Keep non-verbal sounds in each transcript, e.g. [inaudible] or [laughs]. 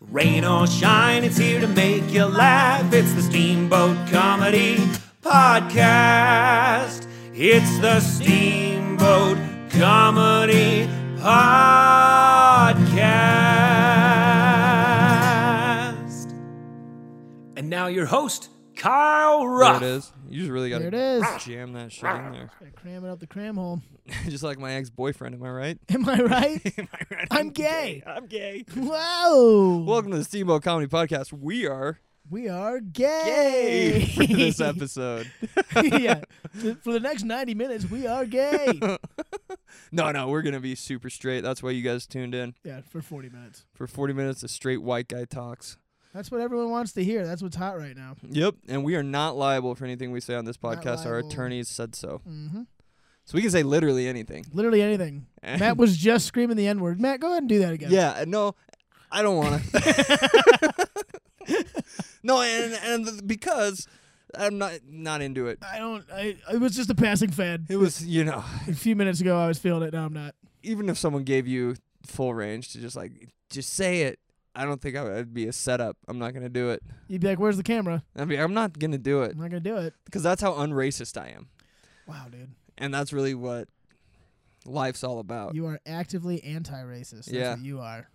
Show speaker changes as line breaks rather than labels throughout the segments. Rain or shine, it's here to make you laugh. It's the Steamboat Comedy Podcast. It's the Steamboat Comedy Podcast. And now your host, Kyle Ruff.
There it is. You just really got
There it
to
is.
jam that shit in there. [laughs]
Gotta Cram it up the cram hole. [laughs]
just like my ex-boyfriend, am I right?
Am I
[laughs]
right?
am I right?
I'm gay.
I'm gay.
Whoa.
Welcome to the Steamboat Comedy Podcast. We
[laughs]
are
we are gay.
for [laughs] this episode.
[laughs] yeah. Th- For the next 90 minutes, we
[laughs]
are gay.
No, no, we're gonna be super straight. That's why you guys tuned in
yeah, for 40 minutes.
for 40 minutes of straight white guy talks.
That's what everyone wants to hear. That's what's hot right now.
Yep. And we are not liable for anything we say on this
Not
podcast. Our
liable.
attorneys said so,
hmm
so we can say literally anything. [laughs]
Literally anything.
And-
Matt was just screaming the N word. Matt, go ahead and do that again.
Yeah, uh, no, I don't
[laughs]
want to. [laughs] no, and and because I'm not not into it.
I don't. I, it was just a passing fad.
It was you know
A few minutes ago, I was feeling it. Now I'm not.
even if someone gave you full range to just like just say it, I don't think I would it'd be a setup. I'm not gonna do it.
You'd be like, "Where's the camera?"
I mean, I'm not gonna do it
I'm not gonna do it.
because that's how unracist I am,
Wow, dude,
and that's really what life's all about.
you are actively anti-racist. That's
Uh, Yeah.
what you are.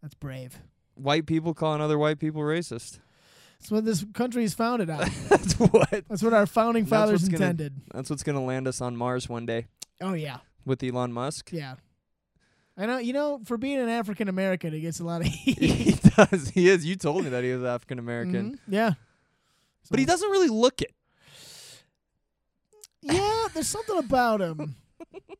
That's brave.
white people calling other white people racist. [laughs]
That's what this country is founded on.
that's what.
That's what our founding
And [laughs] that's
fathers
what's gonna-
intended.
That's what's gonna land us on Mars one day
Oh yeah,
with Elon
[laughs]
Musk.
yeah. I know. You know, for being an African American, it gets a lot of heat.
he does. He is. You told me that he was African American,
Mhm. Yeah.
but he doesn't really look it.
Yeah, there's something
[laughs]
about him.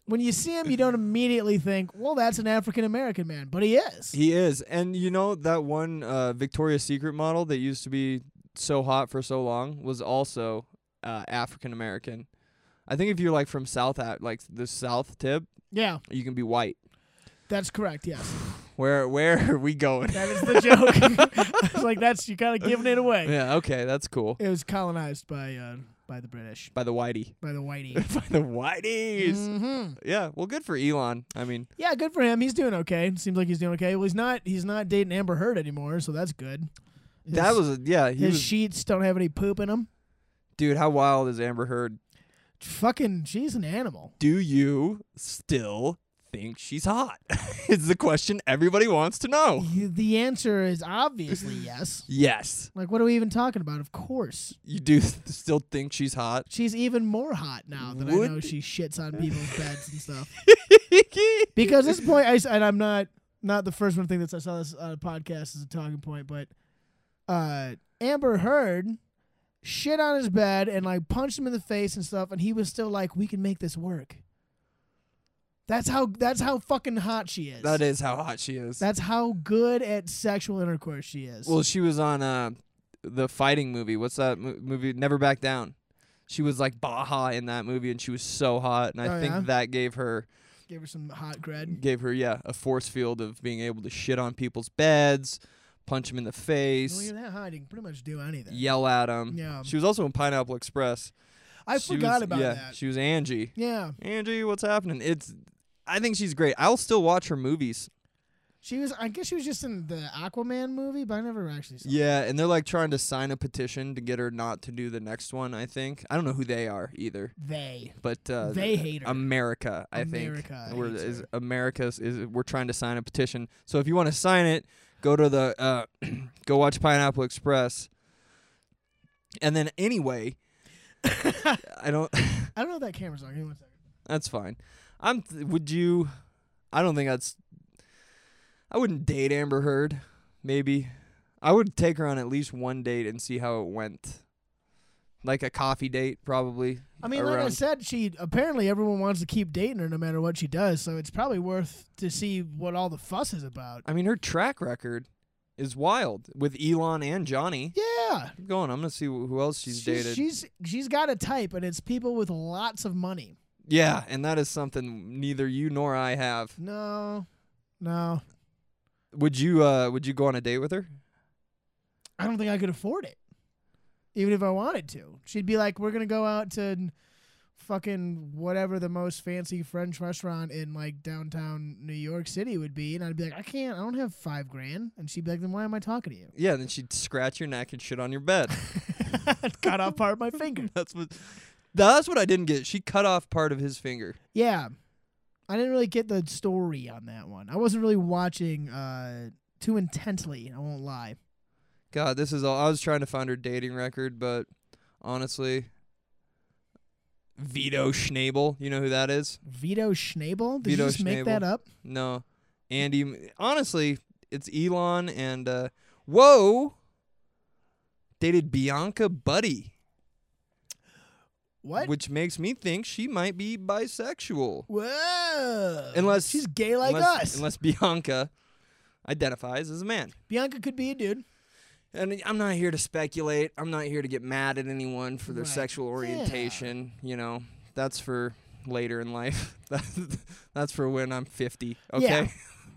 when you see him, you don't immediately think, "Well, that's an African American man," but he is.
He is. And you know that one uh, Victoria's Secret model that used to be so hot for so long was also uh, African American. I think if you're like from South Af- like the South tip,
yeah,
you can be white.
that's correct. Yes.
Where where are we going?
That is the joke. I was like, that's you kind of giving it away.
[laughs] yeah, okay, that's cool.
It was colonized by uh, by the British,
By the whitey.
by the
[laughs]
whitey.
By the whiteys.
Mhm.
Yeah, well good for Elon. I mean,
Yeah, good for him. He's doing okay. Seems like he's doing okay. Well, he's not. He's not dating Amber Heard anymore, so that's good. His,
that was a, yeah, he
his
was,
sheets don't have any poop in them.
dude, how wild is Amber Heard?
Fucking, she's an animal.
Do you still think she's hot? [laughs] it's the question everybody wants to know.
Y- The answer is
[laughs]
obviously yes.
Yes.
Like, what are we even talking about? Of course,
you do th- still think she's hot.
she's even more hot now that
Would-
I know she shits on people's beds and stuff.
[laughs]
because this point, I s- and I'm not not the first one thing that I saw this on a podcast as a talking point, but uh, Amber Heard shit on his bed and like punched him in the face and stuff, and he was still like, "We can make this work." That's how that's how fucking hot she is.
that is how hot she is.
That's how good at sexual intercourse she is.
well, she was on uh, the fighting movie. What's that mo- movie? Never Back Down. She was like Baja in that movie, and she was so hot. And I
Oh,
think
yeah?
that gave her
gave her some hot cred.
gave her yeah a force field of being able to shit on people's beds, punch them in the
Well,
face,
you're that hot, you can pretty much do anything.
yell at them.
Yeah.
She was also in Pineapple Express.
I
She
forgot
was-
about
yeah,
that.
She was Angie.
yeah,
Angie, what's happening? It's. I think she's great. I'll still watch her movies.
she was. I guess she was just in the Aquaman movie, but I never actually saw.
Yeah, and they're like trying to sign a petition to get her not to do the next one. I think I don't know who they are either,
They.
but uh,
They hate her.
America. I
America
think we're,
hates
is
her.
America's is we're trying to sign a petition. So if you want to sign it, go to the uh, [clears throat] go watch Pineapple Express. And then
[laughs]
anyway, I don't.
I don't know if that camera's on. Give me one second.
That's fine. I'm. Th- would you? I don't think that's. I wouldn't date Amber Heard. Maybe I would take her on at least one date and see how it went. Like a coffee date, probably.
I mean, like I
around-
said, she apparently everyone wants to keep dating her no matter what she does, so it's probably worth to see what all the fuss is about.
I mean, her track record is wild with Elon and Johnny.
Yeah.
Keep going. I'm gonna see wh- who else she's, dated.
She's she's got a type and it's people with lots of money.
yeah, and that is something neither you nor I have.
No. No.
Would you? uh Would you go on a date with her?
I don't think I could afford it. Even if I wanted to. She'd be like, We're gonna go out to fucking whatever the most fancy French restaurant in like downtown New York City would be, and I'd be like, I can't, I don't have five grand, and she'd be like, then why am I talking to you?
Yeah, then she'd scratch your neck and shit on your bed.
[laughs] Cut off part of my finger.
[laughs] that's what. That's what I didn't get. She cut off part of his finger.
[laughs] Yeah, I didn't really get the story on that one. I wasn't really watching uh, too intently. I won't lie.
God, this is all. I was trying to find her dating record, but honestly, Vito Schnabel. You know who that is?
Vito Schnabel. Did
Vito
you just make that
Schnabel.
up?
No, Andy. Honestly, it's Elon and uh, whoa. Dated Bianca Buddy,
What?
which makes me think she might be bisexual.
Whoa!
Unless-
she's gay like
unless,
us.
Unless Bianca identifies as a man.
Bianca could be a dude.
And I'm not here to speculate. I'm not here to get mad at anyone for their
Right.
sexual orientation. You know, that's for later in life. [laughs] That- that's for when I'm 50. Okay.
Yeah.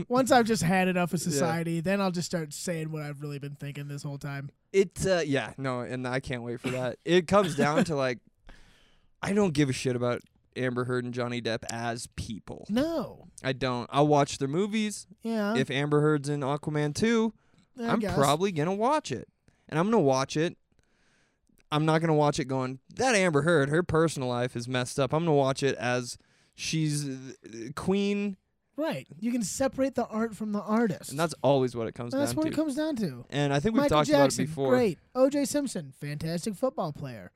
Once I've just had enough of
[laughs] Yeah.
society, then I'll just start saying what I've really been thinking this whole time.
It, uh, yeah, no, and I can't wait for
[laughs]
that. It comes down to like, I don't give a shit about Amber Heard and Johnny Depp as people.
No.
I don't. I'll watch their movies.
Yeah.
If Amber Heard's in Aquaman 2,
I
I'm
guess.
probably gonna watch it, and I'm gonna watch it. I'm not gonna watch it going that Amber Heard, her personal life is messed up. I'm gonna watch it as she's uh, queen,
right. You can separate the art from the artist.
and that's always what it comes
And that's
down
what
to.
it comes down to.
and I think we've
Michael
talked
Jackson,
about it before.
great. O.J. Simpson, fantastic football player.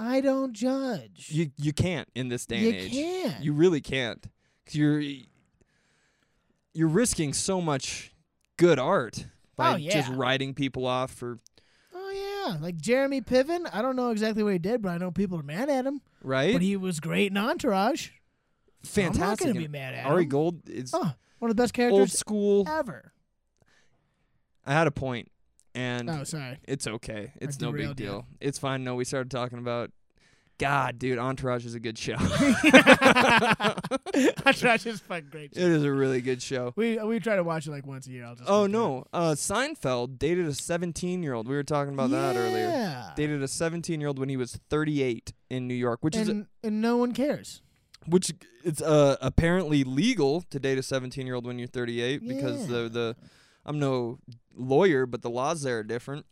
I don't judge.
You you can't in this day
You
and age.
can't.
You really can't. you you're you're risking so much good art by
Oh, yeah.
just writing people off for
oh yeah, like Jeremy Piven. I don't know exactly what he did, but I know people are mad at him.
right.
But he was great in Entourage. I'm not
Fantastic.
gonna be
and
mad at
Ari
him.
Gold is
Oh, one of the best
old
characters
school.
ever.
I had a point, and [laughs]
Oh, sorry. [laughs]
it's okay. It's
I
no big
derailed you.
deal. It's fine. No, we started talking about. God, dude, Entourage is a good
[laughs]
show. [laughs] it
Entourage is fucking great.
is a really good show.
We we try to watch it like once a year. I'll just.
Oh
look it up.
no, uh, Seinfeld dated a 17-year-old. We were talking about that earlier.
Yeah.
Dated a 17-year-old when he was 38 in New York, which is
and, and no one cares.
which it's uh, apparently legal to date a 17-year-old when you're 38 because the
Yeah.
the I'm no lawyer, but the laws there are different.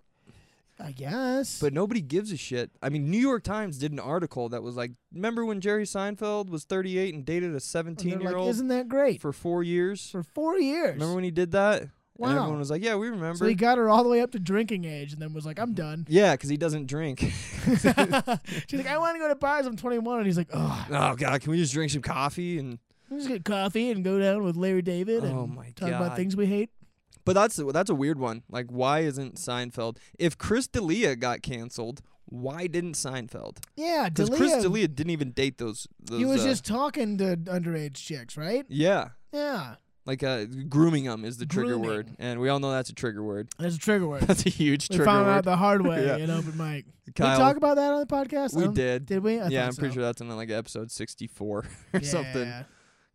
I guess.
But nobody gives a shit. I mean, New York Times did an article that was like, remember when Jerry Seinfeld was 38 and dated a
And they're
17
like,
year old
isn't that great? For,
for four years?
four years.
Remember when he did that? And
Wow.
everyone was like, yeah, we remember.
so he got her all the way up to drinking age, and then was like,
[laughs]
"I'm done." [laughs]
yeah, because he doesn't drink. [laughs]
She's like, "I want to go to bars. I'm 21," and he's like, "Oh,
oh, God, can we just drink some coffee? And
I'm just get coffee and go down with Larry David and
Oh my
talk
God.
about things we hate."
But that's, that's a weird one. Like, why isn't Seinfeld? If Chris D'Elia got canceled, why didn't Seinfeld?
Yeah,
Because Chris
D'Elia-
D'Elia didn't even date those. those
He was
uh,
just talking to underage chicks, right?
Yeah.
Yeah,
Like uh, grooming them is the trigger
Grooming.
word, and we all know that's a trigger word.
that's a trigger word.
[laughs] That's a huge
we
trigger
found
word.
out the hard
[laughs]
way
Yeah.
in open mic.
Kyle,
we talk about that on the podcast. I
we
don't-
did.
Did we? I
yeah,
thought
I'm pretty
so.
sure that's in like episode 64 [laughs] or something.
Yeah.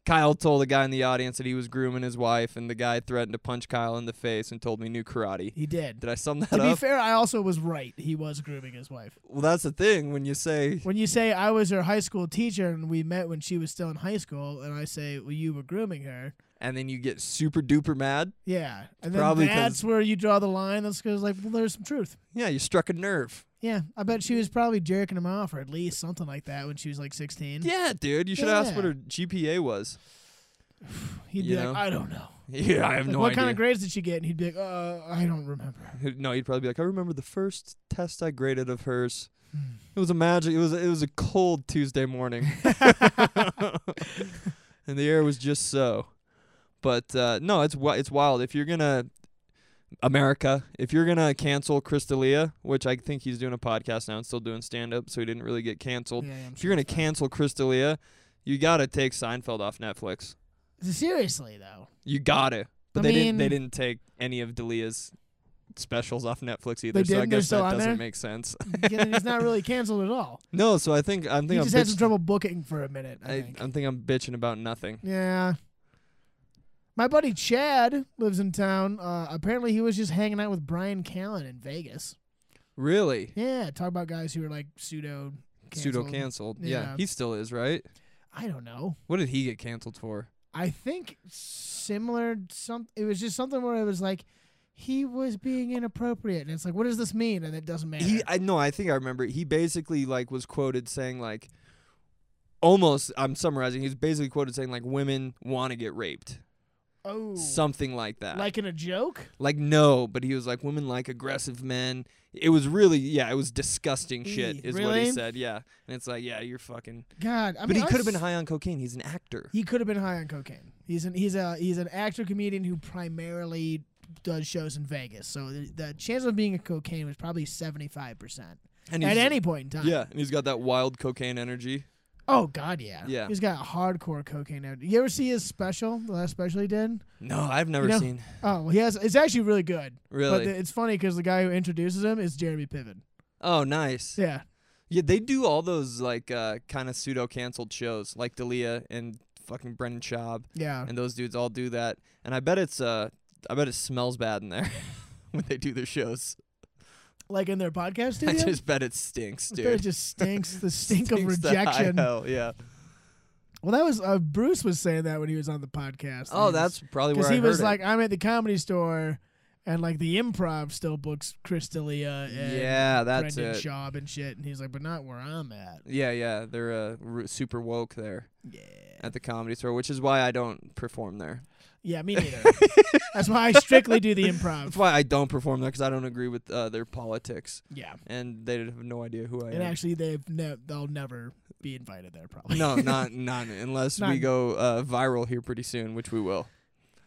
Kyle told a guy in the audience that he was grooming his wife, and the guy threatened to punch Kyle in the face and told me new karate.
He did.
Did I sum that
to be
up?
fair, I also was right. He was grooming his wife.
well, that's the thing when you say
When you say I was her high school teacher and we met when she was still in high school, and I say, well, you were grooming her.
and then you get super duper mad.
Yeah, and then
Probably 'cause-
that's where you draw the line. That's because like, well, there's some truth.
Yeah, you struck a nerve.
Yeah, I bet she was probably jerking him off or at least something like that when she was like 16.
Yeah, dude, you should have ask what
Mm. Yeah.
her GPA was. [laughs]
He'd be
you
like,
know?
I don't know.
Yeah, I have
Like,
no
what
idea.
kind of grades did she get? And he'd be like, uh, I don't remember.
no, you'd probably be like, I remember the first test I graded of hers. It was a magic. It was it was a cold Tuesday morning, [laughs] and the air was just so. But uh, no, it's wi- it's wild. If you're gonna America, if you're gonna cancel Crystalia, which I think he's doing a podcast now and still doing stand up, so he didn't really get canceled.
Yeah, yeah, I'm
If
sure
you're gonna
it's fine.
cancel Crystalia, you gotta take Seinfeld off Netflix.
seriously though,
You gotta. But
I
they didn't. They
mean-
didn't take any of Delia's specials off Netflix either. So I
didn't? They're
guess
still
that
on
doesn't
there?
make sense. [laughs]
it's not really canceled at all.
No, so I think I'm
He
thinking
just
I'm
had some
bitch-
trouble booking for a minute. I,
I,
think.
I'm thinking I'm bitching about nothing.
yeah. My buddy Chad lives in town. Uh, apparently, he was just hanging out with Brian Callen in Vegas.
Really?
Yeah, talk about guys who are like pseudo
pseudo
canceled.
canceled.
Yeah.
yeah, he still is, right?
I don't know.
What did he get canceled for?
I think similar. Some it was just something where it was like he was being inappropriate, and it's like, what does this mean? And it doesn't matter.
He, I no, I think I remember. He basically like was quoted saying like, almost. I'm summarizing. He was basically quoted saying like, women want to get raped,
oh,
something like that.
like in a joke.
like no, but he was like, women like aggressive men. It was really, yeah, it was disgusting shit,
Eee,
is what he
really?
said. Yeah, and it's like, yeah, you're fucking.
God, I
but
mean,
he
I'm
could have been
s-
high on cocaine. He's an actor.
He could have been high on cocaine. He's an he's a he's an actor comedian who primarily does shows in Vegas. So the, the chance of being a cocaine was probably seventy five percent
And
at
he's-
any point in time.
Yeah, and he's got that wild cocaine energy.
Oh God, yeah.
Yeah.
He's got hardcore cocaine. out- You ever see his special? The last special he did.
No, I've never
You know-
seen.
Oh, well, he has. It's actually really good. But
Really?
the, it's funny because the guy who introduces him is Jeremy Piven.
oh, nice.
Yeah.
Yeah, they do all those like uh, kind of pseudo canceled shows, like Dalia and fucking Brendan Schaub,
Yeah.
and those dudes all do that. And I bet it's uh, I bet it smells bad in there [laughs] when they do their shows.
Like in their
[laughs]
podcast
I
studio.
just bet it stinks,
I bet it
dude.
just stinks.
[laughs]
The stink of
Stinks to high
rejection.
hell, yeah.
Well, that was uh, Bruce was saying that when he was on the podcast.
Oh,
He was-
that's probably where
he
I
was
heard it.
like, I'm at the comedy store, and like the improv still books Chris D'Elia and
yeah, that's
Brendan
it.
Schaub and shit, and he's like, but not where I'm at.
Yeah, yeah, they're uh, r- super woke there
Yeah.
at the comedy store, which is why I don't perform there.
Yeah,
[laughs]
me neither. that's why I strictly do the
That's
improv.
why I don't perform there because I don't agree with uh, their politics,
Yeah.
and they have no idea who I
And
am.
actually, they've ne- they'll never be invited there, probably. [laughs]
No, not not unless we
Not-
go uh, viral here pretty soon, which we will.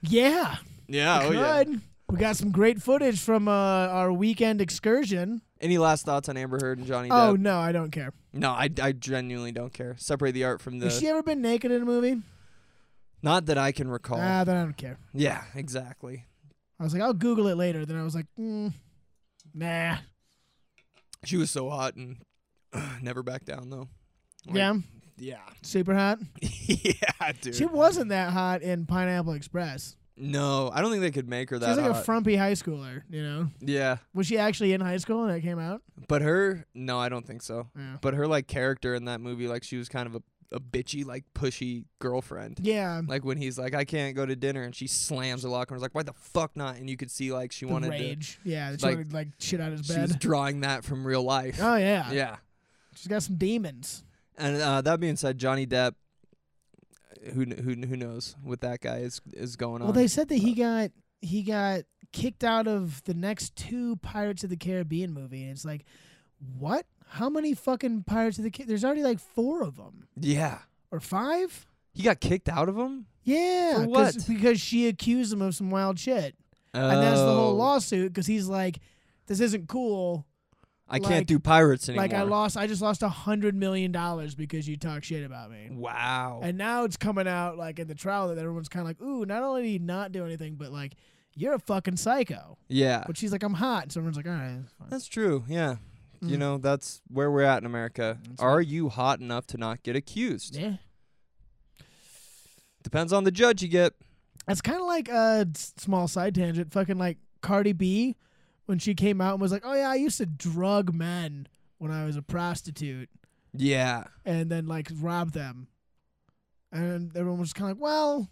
Yeah.
Yeah, oh yeah.
Good. We got some great footage from uh, our weekend excursion.
Any last thoughts on Amber Heard and Johnny
Oh
Depp?
no, I don't care.
No, I, I genuinely don't care. Separate the art from the.
Has she ever been naked in a movie?
not that I can recall.
Ah, then I don't care.
yeah, exactly.
I was like, I'll Google it later. Then I was like, mm, nah.
She was so hot and uh, never back down though. Like,
yeah,
Yeah.
super hot.
[laughs] yeah, dude.
She wasn't that hot in Pineapple Express.
no, I don't think they could make her
She
that.
was like a
hot.
frumpy high schooler. You know,
yeah,
was she actually in high school when that came out?
but her. No, I don't think so.
Yeah.
But her like character in that movie, like she was kind of a, a bitchy, like pushy girlfriend.
Yeah.
Like when he's like, I can't go to dinner, and she slams the locker and is like, Why the fuck not? And you could see like she
The
wanted
rage. yeah, she
like-
wanted like shit out of
to.
his
She was
bed.
drawing that from real life.
Oh yeah.
yeah.
she's got some demons.
And uh, that being said, Johnny Depp, who kn- who kn- who knows what that guy is is going
Well,
on?
they said that he got he got kicked out of the next two Pirates of the Caribbean movie, and it's like, what? How many fucking Pirates of the Ca- There's already like four of them
yeah,
or five.
he got kicked out of him.
Yeah,
For
'cause-
what?
Because she accused him of some wild shit, and that's the
Oh,
whole lawsuit. Because he's like, this isn't cool.
I
like-
can't do pirates anymore.
Like I lost, I just lost a hundred million dollars because you talk shit about me.
Wow.
And now it's coming out like in the trial that everyone's kind of like, ooh, not only did he not do anything, but like, you're a fucking psycho.
yeah,
But she's like, I'm hot. And someone's like, all right. That's fine.
Ah. that's true. Yeah, you
Mm.
know that's where we're at in America.
That's
Are you hot enough to not get accused?
Yeah.
Depends on the judge you get.
That's kind of like a s- small side tangent. Fucking like Cardi B when she came out and was like, oh, yeah, I used to drug men when I was a prostitute
Yeah.
and then like rob them. And everyone was kind of like, well,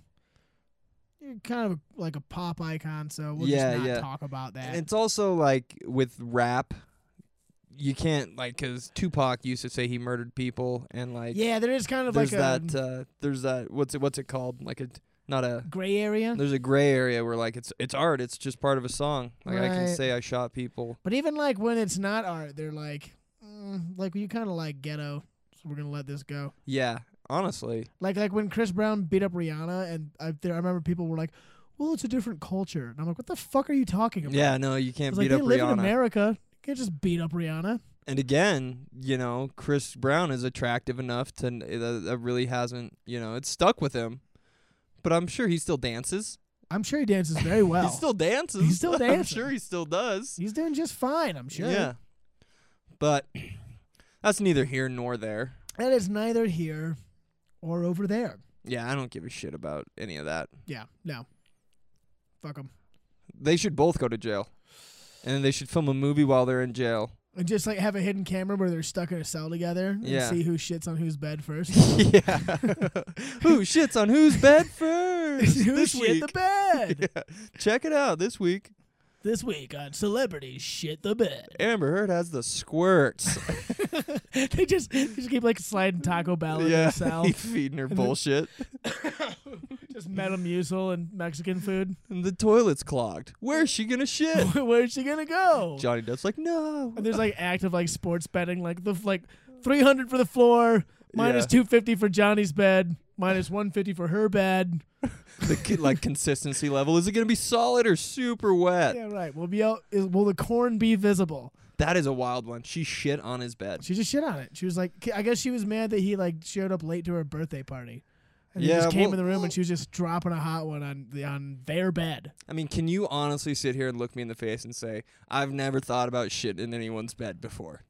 you're kind of like a pop icon, so we'll
Yeah,
just not
yeah.
talk about that.
And it's also like with rap, you can't like because Tupac used to say he murdered people, and like
yeah, there is kind of like
there's
a
that uh, there's that what's it what's it called like a not a
gray area.
there's a gray area where like it's it's art it's just part of a song like I can
Right.
say I shot people
But even like when it's not art, they're like, mm, like you kind of like ghetto, so we're gonna let this go.
yeah honestly
Like like when Chris Brown beat up Rihanna, and I, there, I remember people were like, "Well, it's a different culture," and I'm like, "What the fuck are you talking about?"
yeah no you
I
can't
was
beat
like, they
up
live in
Rihanna
America. You can't just beat up Rihanna.
and again you know Chris Brown is attractive enough to n- that, that really hasn't you know it's stuck with him but I'm sure he still dances
I'm sure he
[laughs]
dances very well.
he still dances
He's still
[laughs] I'm
dancing.
sure he still does
He's doing just fine. I'm sure.
yeah but [clears throat] that's neither here nor there
That is neither here or over there.
yeah I don't give a shit about any of that.
Yeah. No. Fuck 'em. [laughs]
They should both go to jail. [laughs] And then they should film a movie while they're in jail
And just like have a hidden camera where they're stuck in a cell together and
Yeah.
see who shits on whose bed
[laughs]
first.
yeah. Who shits on whose
[laughs]
bed first?
who
this
shit
week.
the
[laughs]
bed?
Yeah. Check it out this week.
This week on Celebrities Shit the Bed. [laughs]
Amber Heard has the [laughs] squirts.
they just they just keep like sliding Taco Bell in
yeah, [laughs]
their cell.
feeding her bullshit.
just Metamucil and Mexican food. [laughs]
And the toilet's clogged. Where's she gonna shit?
Where's she gonna go?
[laughs] Johnny Depp's like, no.
And there's like active like sports betting, like the like 300 for the floor, minus
Yeah.
250 for Johnny's bed, minus 150 for her bed.
The ki- like consistency level is it gonna be solid or super wet?
Yeah, right. We'll be out. Is, will the corn be visible?
That is a wild one. She shit on his bed.
She just shit on it. She was like, I guess she was mad that he like showed up late to her birthday party. And he
Yeah,
just came
well-
in the room and she was just dropping a hot one on the on their bed.
I mean, can you honestly sit here and look me in the face and say I've never thought about shit in anyone's bed before?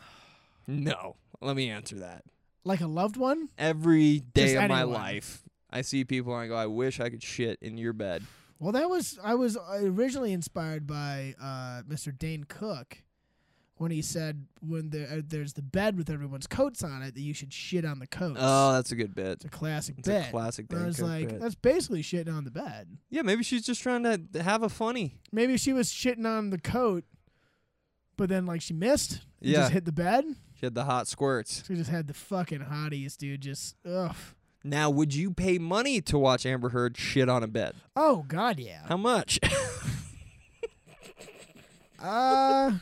[sighs] No. Let me answer that.
Like a loved one?
Every day
Just
of my
anyone.
life, I see people and I go, I wish I could shit in your bed.
Well, that was I was uh, originally inspired by uh, Mr. Dane Cook when he said when there, uh, there's the bed with everyone's coats on it that you should shit on the coats.
Oh, that's a good bit.
it's a classic
It's
bit.
a classic
And I
Dane
was
Cook
like,
bit.
that's basically shitting on the bed.
Yeah, maybe she's just trying to have a funny.
Maybe she was shitting on the coat, but then like she missed. and
Yeah.
just hit the bed.
She had the hot squirts.
She just had the fucking hotties, dude. Just ugh.
Now, would you pay money to watch Amber Heard shit on a bed?
Oh God, yeah.
How much? [laughs]
Uh,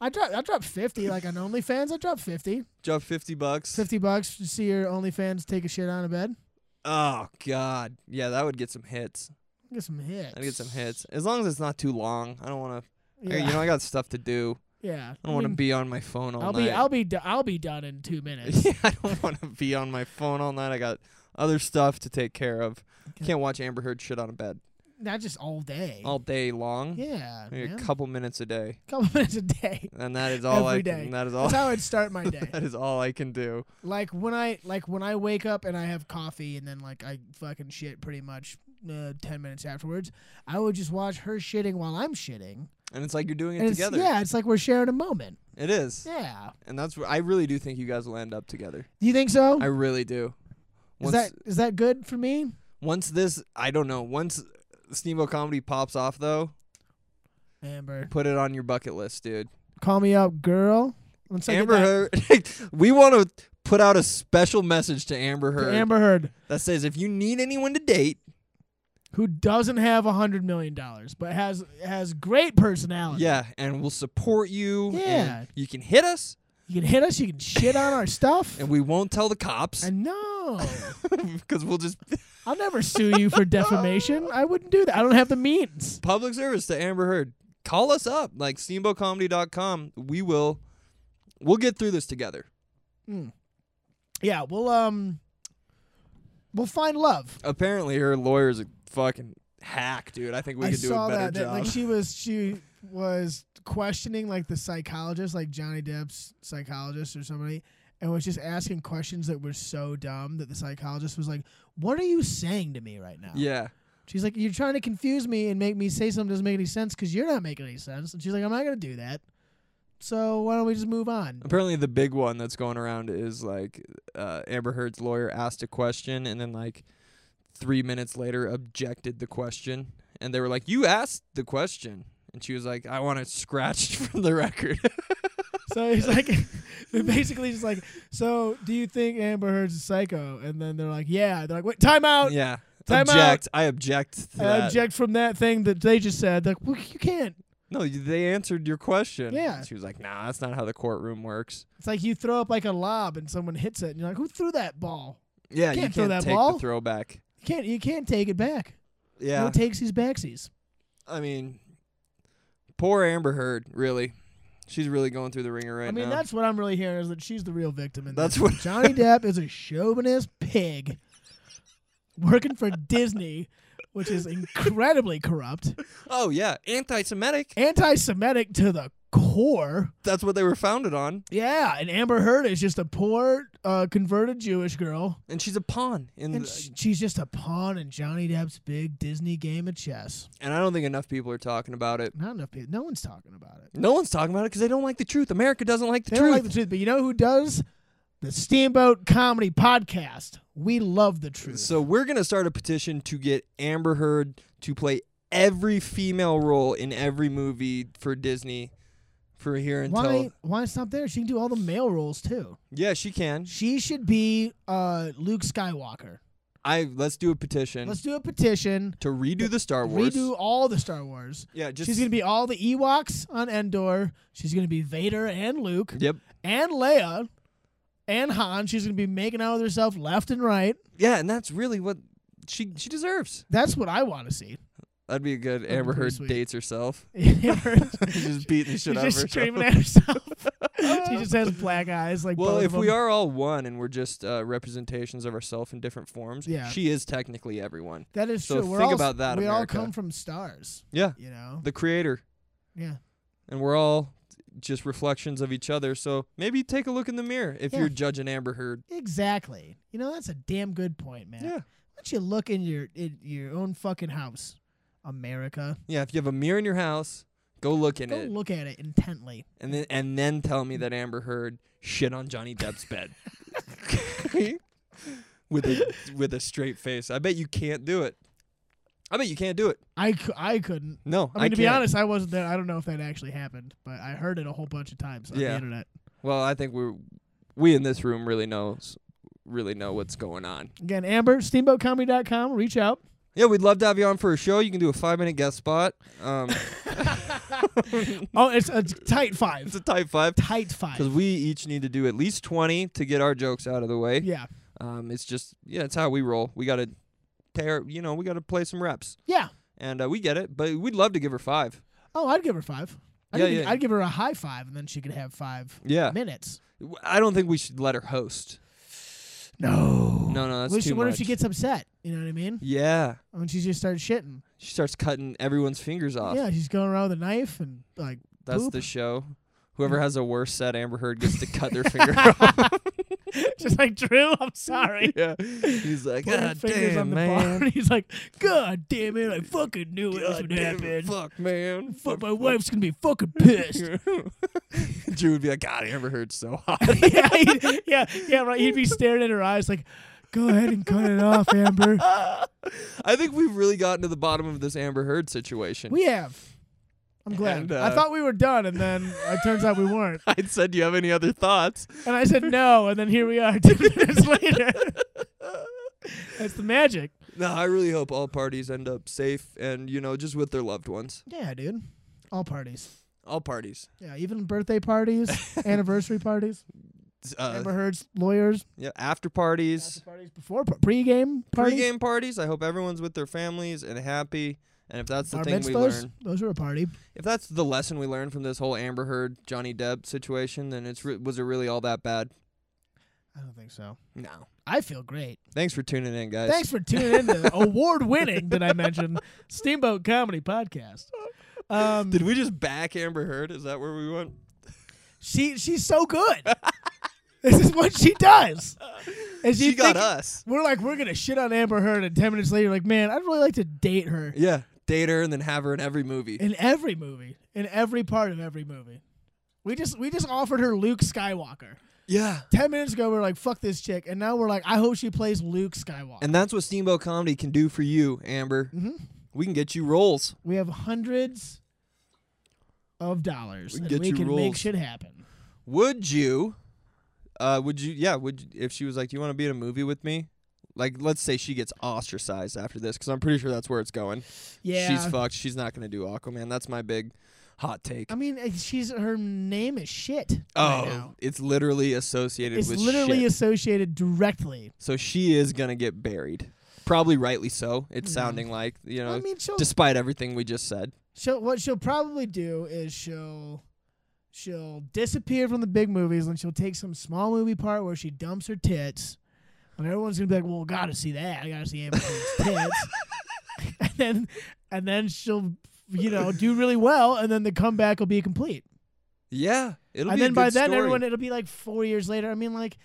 I dropped I dropped fifty like on OnlyFans. I dropped fifty.
Drop 50 bucks.
Fifty bucks to see your OnlyFans take a shit on a bed.
Oh, God. Yeah, that would get some hits.
Get some hits.
I'd get some hits. As long as it's not too long. I don't want to.
Yeah.
You know, I got stuff to do.
yeah.
I don't want to
mean,
be on my phone all
I'll
night.
be. I'll be. Do- I'll be done in two
[laughs]
minutes.
yeah, I don't want to be on my phone all night. I got other stuff to take care of.
Okay.
Can't watch Amber Heard shit on a bed
Not just all day.
all day long.
Yeah.
Maybe
man.
a couple minutes a day,
couple [laughs] minutes a day.
and that is all I.
Every day.
and That is all.
That's
[laughs]
how I'd start my day.
that is all I can do.
like when I like when I wake up and I have coffee and then like I fucking shit pretty much uh, ten minutes afterwards. I would just watch her shitting while I'm shitting.
And it's like you're doing it
And it's,
together.
yeah, it's like we're sharing a moment.
It is,
Yeah.
and that's where I really do think you guys will end up together.
Do you think so?
I really do.
is
Once,
that is that good for me?
once this, I don't know. Once Steamboat comedy pops off, though,
Amber,
put it on your bucket list, dude.
call me up, girl. Once I get
Amber
that-
Heard. [laughs] we want to put out a special message to Amber
to
Heard
Amber Heard,
that says if you need anyone to date,
who doesn't have a hundred million dollars but has has great personality.
yeah, and we'll support you. and
Yeah.
you can hit us,
You can hit us. You can shit on our
[laughs]
stuff.
and we won't tell the cops [laughs]
I know.
because we'll just
I'll never sue you for defamation. I wouldn't do that. I don't have the means.
public service to Amber Heard. Call us up, like steamboatcomedy.com. We will, we'll get through this together.
Yeah, we'll um, we'll find love.
Apparently, her lawyer's a fucking hack, dude. I think we
I
could do
saw
a better
that, that
job.
like she was she was questioning like the psychologist, like Johnny Depp's psychologist or somebody, and was just asking questions that were so dumb that the psychologist was like, "What are you saying to me right now?"
[laughs] yeah,
She's like, "You're trying to confuse me and make me say something that doesn't make any sense because you're not making any sense." And she's like, "I'm not gonna do that." So why don't we just
[laughs]
move on?
Apparently, the big one that's going around is like uh, Amber Heard's lawyer asked a question, and then like three minutes later objected the question, and they were like, "You asked the question," and she was like, "I want it scratched [laughs] from the record."
So he's like, [laughs] they're basically just like, so do you think Amber Heard's a psycho? And then they're like, yeah. They're like, wait, time out.
yeah,
Time
object. I object. To
I
that.
object from that thing that they just said. They're like, well, you can't.
No, y- they answered your question.
Yeah.
she was like, "Nah, that's not how the courtroom works."
It's like you throw up like a lob and someone hits it, and you're like, who threw that ball?
Yeah, you
Can't
can't
throw that
take
ball.
the throwback.
You can't. You can't take it back.
Yeah,
No takesies, backsies.
I mean, poor Amber Heard. Really, she's really going through the ringer right
I mean,
now.
that's what I'm really hearing is that she's the real victim. In
That's
this.
what- [laughs]
Johnny Depp is a chauvinist pig working for Disney, which is incredibly corrupt,
oh yeah, anti-Semitic.
anti-Semitic to the core.
That's what they were founded on,
Yeah, and Amber Heard is just a poor uh, converted Jewish girl,
and she's a pawn in.
and
the,
sh- she's just a pawn in Johnny Depp's big Disney game of chess.
and I don't think enough people are talking about it.
Not enough people. No one's talking about it.
No one's talking about it because they don't like the truth. America doesn't like the
They
truth.
don't like the truth, but you know who does? The Steamboat Comedy Podcast. We love the truth.
So we're gonna start a petition to get Amber Heard to play every female role in every movie for Disney for here until
why? Why stop there? She can do all the male roles too.
Yeah, she can.
She should be uh, Luke Skywalker.
I let's do a petition
Let's do a petition.
to redo the Star Wars.
Redo all the Star Wars.
Yeah, just
She's gonna be all the Ewoks on Endor. She's gonna be Vader and Luke
Yep.
and Leia and Han. She's gonna be making out with herself left and right.
Yeah, and that's really what she she deserves.
That's what I want to see. [laughs]
That'd be a good
be
Amber
pretty
Heard
sweet.
dates
[laughs]
herself. [laughs]
just
just beating the shit out of
just
herself.
screaming at herself. [laughs] she just has black eyes. Like
Well,
both
if
of
we
them.
are all one and we're just uh, representations of ourselves in different forms,
Yeah.
she is technically everyone.
that is
so
true. We're
think
all,
about that,
We
America.
all come from stars.
Yeah.
You know.
The creator.
Yeah.
and we're all just reflections of each other. So maybe take a look in the mirror if
Yeah.
you're judging Amber Heard.
Exactly. You know that's a damn good point, man.
Yeah.
Why don't you look in your in your own fucking house, America?
Yeah, if you have a mirror in your house, go look in
Go
it,
look at it intently.
and then and then tell me that Amber Heard shit on Johnny Depp's bed
[laughs]
with a with a straight face. I bet you can't do it. I bet you can't do it.
I, cou- I couldn't.
No,
I mean, to be
can't.
honest, I wasn't there. I don't know if that actually happened, but I heard it a whole bunch of times on the
Yeah.
internet.
Well, I think we're we in this room really knows really know what's going on.
Again, Amber, steamboatcomedy.com, reach out.
[laughs] Yeah, we'd love to have you on for a show. You can do a five minute guest spot.
[laughs]
Um,
Oh, it's a tight
it's
five.
a type five.
Tight
because
five.
we each need to do at least 20 to get our jokes out of the way
Yeah.
um, it's just yeah it's how we roll we gotta pay our, you know we gotta play some reps
Yeah.
and uh, we get it but we'd love to give her five
Oh, I'd give her five. I'd,
Yeah,
give,
yeah.
I'd give her a high five, and then she could have five
yeah
minutes.
W- i don't think we should let her host
No.
no no that's
what if
too
she, what
much
if she gets upset? You know what I mean?
yeah Uh.
When she just starts shitting.
she starts cutting everyone's fingers off
Yeah, she's going around with a knife and
[laughs]
like. [laughs]
that's
poop.
the show whoever has a worse set amber heard gets to cut
[laughs]
their finger off
She's like, Drew, I'm sorry.
[laughs] yeah he's like
Put her
god
fingers
damn
on the
[laughs]
bar,
man
and [laughs] he's like, God damn it, I fucking knew it
God
would
damn it,
happen.
fuck man
Fuck, my wife's gonna be fucking pissed.
[laughs] Drew would be like, God, Amber Heard's so hot.
[laughs] yeah, he'd- yeah, yeah, right. He'd be staring at her eyes like, go ahead and cut it off, Amber.
[laughs] I think we've really gotten to the bottom of this Amber Heard situation. [laughs]
We have. I'm glad.
And, uh,
I thought we were done, and then it turns out we weren't.
I said, do you have any other thoughts?
And I said no, and then here we are [laughs] two
[laughs]
minutes later. That's the magic.
No, I really hope all parties end up safe and, you know, just with their loved ones.
Yeah, dude. All parties.
All parties.
Yeah, even
[laughs]
birthday parties, anniversary parties,
Uh,
Amber Heard's lawyers,
yeah, after parties,
parties before par- pregame parties,
pregame parties. I hope everyone's with their families and happy. And if that's the
bar
thing we
mitzvahs.
learn,
Those are a party.
if that's the lesson we learned from this whole Amber Heard Johnny Depp situation, then it's re- was it really all that bad?
I don't think so.
No.
I feel great.
Thanks for tuning in, guys.
Thanks for tuning
[laughs]
in to award-winning, did I mention, Steamboat Comedy Podcast.
[laughs]
Um,
Did we just back Amber Heard? Is that where we went?
she she's so good. [laughs] this is what she does. And
She got
think-
us.
We're like we're gonna shit on Amber Heard, and ten minutes later, like man, I'd really like to date her
Yeah. Date her and then have her in every movie.
in every movie, in every part of every movie. We just we just offered her Luke Skywalker.
Yeah.
Ten minutes ago, we were like, "Fuck this chick," and now we're like, "I hope she plays Luke Skywalker."
And that's what Steamboat Comedy can do for you, Amber. We can get you roles.
we have hundreds of dollars,
We
and
get
we
you
can make
roles.
shit happen.
Would you? Uh, would you? Yeah. Would you, if she was like, "Do you want to be in a movie with me?" Like, let's say she gets ostracized after this, because I'm pretty sure that's where it's going.
Yeah,
She's fucked. She's not gonna do Aquaman. That's my big hot take.
I mean, uh, she's her name is shit. right
oh,
now.
it's literally associated
it's
with
literally
shit.
associated directly.
so she is gonna get buried. Probably rightly so. It's sounding like you know,
Mm-hmm. I mean, oh. she'll
despite everything we just said.
She'll what she'll probably do is she'll she'll disappear from the big movies and she'll take some small movie part where she dumps her tits. And everyone's gonna be like, Well gotta see that. I gotta see
[laughs]
Amber Heard's tits. [laughs] and then and then she'll you know, do really well and then the comeback will be complete.
Yeah, it'll
and
be. a
then by
good
then,
story.
everyone it'll be like four years later. I mean, like,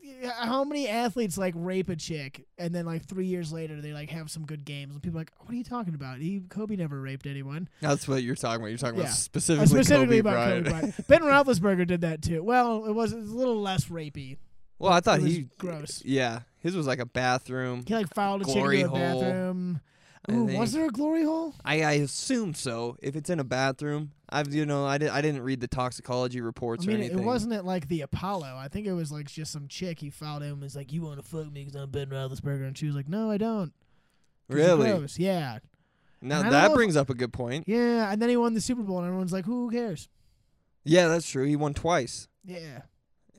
yeah, how many athletes like rape a chick and then like three years later they like have some good games and people are like, what are you talking about? He Kobe never raped anyone.
[laughs] That's what you're talking about. You're talking
Yeah.
about
Uh,
specifically,
specifically
Kobe
about
Bryant.
Kobe Bryant. ben Roethlisberger did that too. Well, it was, it was a little less rapey.
[laughs] well, I thought
It was
Ah, he
gross.
Yeah, his was like a bathroom.
He like fouled a chick
Glory
into a
hole,
bathroom.
I
Ooh,
think.
was there a glory hole?
I, I assume so. If it's in a bathroom, I've you know I, di- I didn't read the toxicology reports
I mean,
or
it
anything.
wasn't at like the Apollo. I think it was like just some chick he fouled him. Was like, you want to fuck me because I'm Ben Roethlisberger, and she was like, no, I don't. 'Cause you're
really.
gross." Yeah.
Now
And I don't know
that
if-
brings up a good point.
Yeah, and then he won the Super Bowl, and everyone's like, "Who cares?"
Yeah, that's true. He won twice,
Yeah,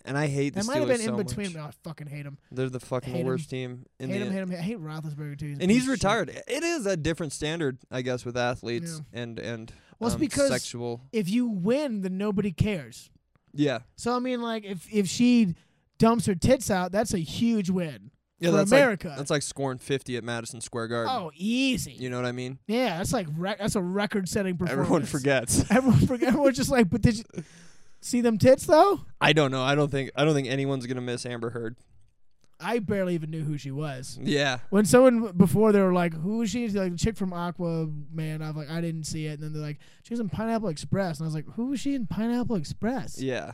and I hate the
that
Steelers
might have been in
so
between.
much.
but I fucking hate him.
They're the fucking
Hate 'em.
worst team in
hate
the
him, hate him, hate I hate Roethlisberger too. a
and he's
piece of shit.
retired. It is a different standard, I guess, with athletes and and
Well, it's
um,
because-
sexual.
If you win, then nobody cares.
Yeah,
So I mean, like, if if she dumps her tits out, that's a huge win
yeah.
for
that's
America.
like that's like scoring fifty at Madison Square Garden.
oh, easy.
You know what I mean?
Yeah, that's like rec- that's a record-setting performance.
Everyone forgets.
[laughs] Everyone forget. Everyone's just like, but did you see them tits though?
I don't know. I don't think I don't think anyone's gonna miss Amber Heard.
I barely even knew who she was.
Yeah,
When someone before they were like, "Who is she?" She's like the chick from Aqua Man. I'm like, I didn't see it. And then they're like, "She was in Pineapple Express," and I was like, "Who was she in Pineapple Express?"
yeah.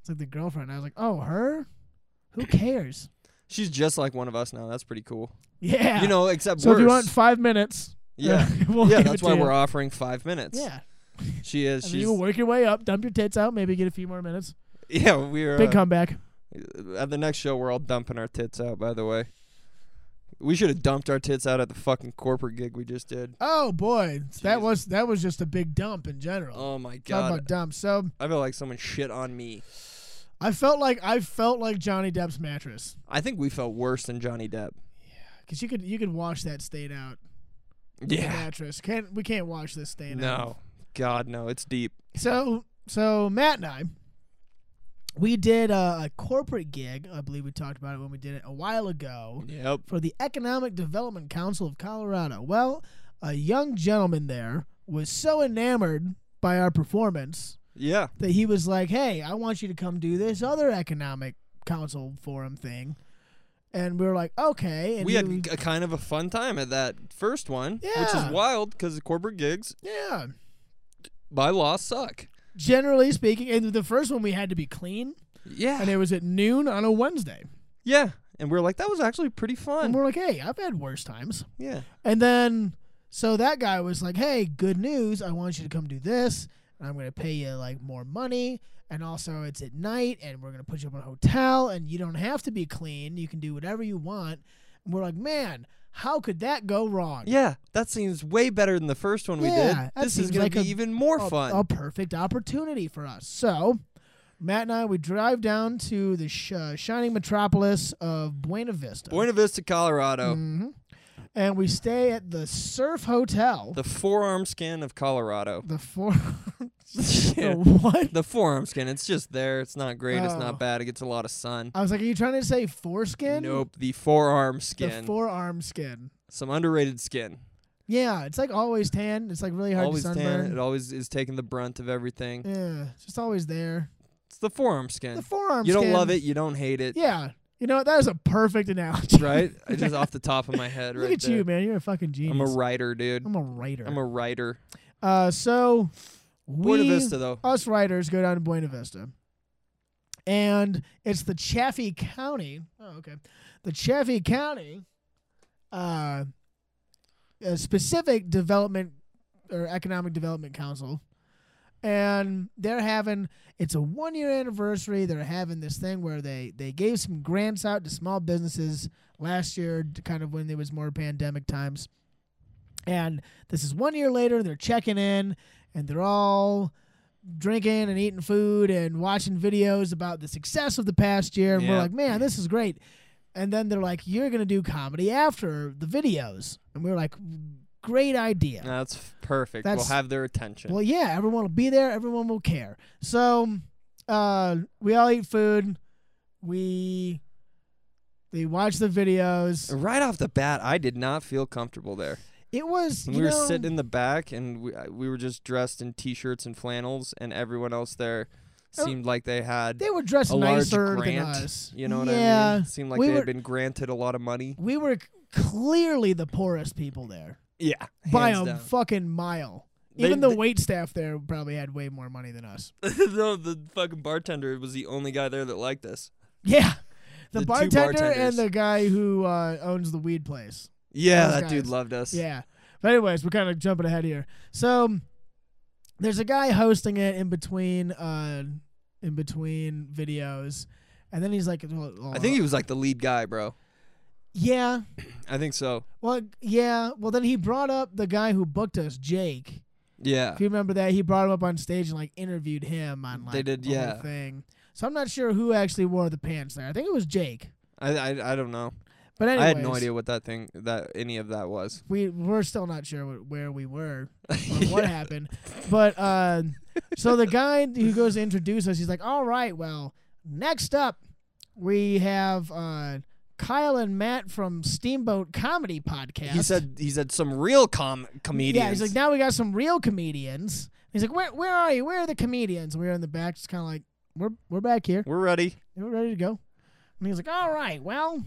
It's like the girlfriend. I was like, "Oh, her? Who cares?" [laughs]
She's just like one of us now. That's pretty cool.
yeah.
You know, except
So
worse.
if you want five minutes,
yeah,
[laughs] we'll
yeah.
give
That's
it
why
to you.
we're offering five minutes.
Yeah,
she is.
and then
She's
you work your way up, dump your tits out, maybe get a few more minutes.
yeah. We're
Big
uh,
comeback.
at the next show. We're all dumping our tits out. By the way, we should have dumped our tits out at the fucking corporate gig we just did.
Oh boy, that
Jesus.
was that was just a big dump in general.
Oh my god.
Talking about dumps. So
I feel like someone shit on me.
I felt like I felt like Johnny Depp's mattress
I think we felt worse than Johnny Depp.
because you could you could wash that stain out. the
Yeah.
mattress. Can't we can't wash this stain out.
No. God, no. It's deep.
So so Matt and I, we did a, a corporate gig. I believe we talked about it when we did it a while ago
Yep.
for the Economic Development Council of Colorado. Well, a young gentleman there was so enamored by our performance
Yeah.
that he was like, "Hey, I want you to come do this other economic council forum thing," and we were like, "Okay." And
We
he
had
was-
a kind of a fun time at that first one, which
Yeah.
is wild because the corporate gigs
yeah.
by law suck.
Generally speaking, and the first one we had to be clean,
Yeah.
and it was at noon on a Wednesday,
yeah. And we are like, that was actually pretty
and
fun.
we're like, "Hey, I've had worse times."
Yeah.
And then, so that guy was like, "Hey, good news! I want you to come do this, and I'm gonna pay you like more money." And also, it's at night, and we're gonna put you up in a hotel, and you don't have to be clean. You can do whatever you want. And we're like, "Man, how could that go wrong?"
Yeah. That seems way better than the first one we
Yeah,
did.
that
This is
seems
going
like
to
a-
be even more
a,
fun.
a perfect opportunity for us. So, Matt and I, we drive down to the sh- uh, shining metropolis of Buena Vista.
Buena Vista, Colorado.
Mhm. And we stay at the Surf Hotel.
The forearm skin of Colorado.
The four. [laughs]
Yeah.
the what?
The forearm skin. It's just there. It's not great. It's
Oh.
not bad. It gets a lot of sun.
I was like, are you trying to say foreskin?
Nope. The forearm
The
skin.
forearm skin.
Some underrated skin.
Yeah, it's like always tan. It's like really hard
always
to
tan. It
sunburn.
always is taking the brunt of everything.
yeah, it's just always there.
It's the forearm skin.
The forearm
you don't
skin.
love it. You don't hate it.
Yeah. You know what? That is a perfect analogy.
Right? I just off the top of my head.
[laughs] Look
right
at you, man. You're a fucking
there.
genius.
I'm a writer, dude.
I'm a writer.
I'm a writer.
uh, so we,
Buena Vista, though.
us writers, go down to Buena Vista, and it's the Chaffee County. Oh, okay, the Chaffee County, uh, a specific development or economic development council, and they're having it's a one year anniversary. They're having this thing where they they gave some grants out to small businesses last year, d- kind of when there was more pandemic times. And this is one year later. They're checking in, and they're all drinking and eating food and watching videos about the success of the past year. And we're
Yeah.
like, man, this is great. And then they're like, you're gonna do comedy after the videos, and we're like, great idea.
That's f- perfect.
That's-
we'll have their attention.
Well, yeah, everyone will be there. Everyone will care. So, uh, we all eat food. We they watch the videos.
right off the bat, I did not feel comfortable there.
It was.
And
you
we were
know,
sitting in the back, and we uh, we were just dressed in t-shirts and flannels, and everyone else there
Oh,
seemed like they had,
They were dressed
a large
nicer than
grant.
us.
you know what I
yeah.
mean? Seemed like
we
they
were-
had been granted a lot of money.
We were c- clearly the poorest people there
Yeah,
by
hands
a
down.
fucking mile.
They-
Even the
they-
wait staff there probably had way more money
[laughs]
than us.
no, the fucking bartender was the only guy there that liked us.
Yeah.
The
The,
two
bartender and
bartenders.
the guy who uh, owns the weed place.
Yeah,
Those
that dude
guys.
loved us.
Yeah. But anyways, we're kind of jumping ahead here. So um, there's a guy hosting it in between uh in between videos. And then he's like well,
I think he was like the lead guy, bro.
Yeah.
I think so.
Well, yeah. Well, then he brought up the guy who booked us, Jake.
Yeah,
If you remember that, he brought him up on stage and like interviewed him on like
They did,
the whole
yeah.
thing. So I'm not sure who actually wore the pants there. I think it was Jake.
I I, I don't know.
But anyways,
I had no idea what that thing that any of that [laughs] was.
we we're still not sure wh- where we were
[laughs]
or what happened. But uh, so the guy who goes to introduce us, he's like, "All right, well, next up we have uh, Kyle and Matt from Steamboat Comedy Podcast."
He said he said some real com comedians.
"Yeah." He's like, "Now we got some real comedians." He's like, "Where where are you? Where are the comedians?" And we were in the back, just kind of like, "We're we're back here.
we're ready.
We're ready to go." And he's like, "All right, well,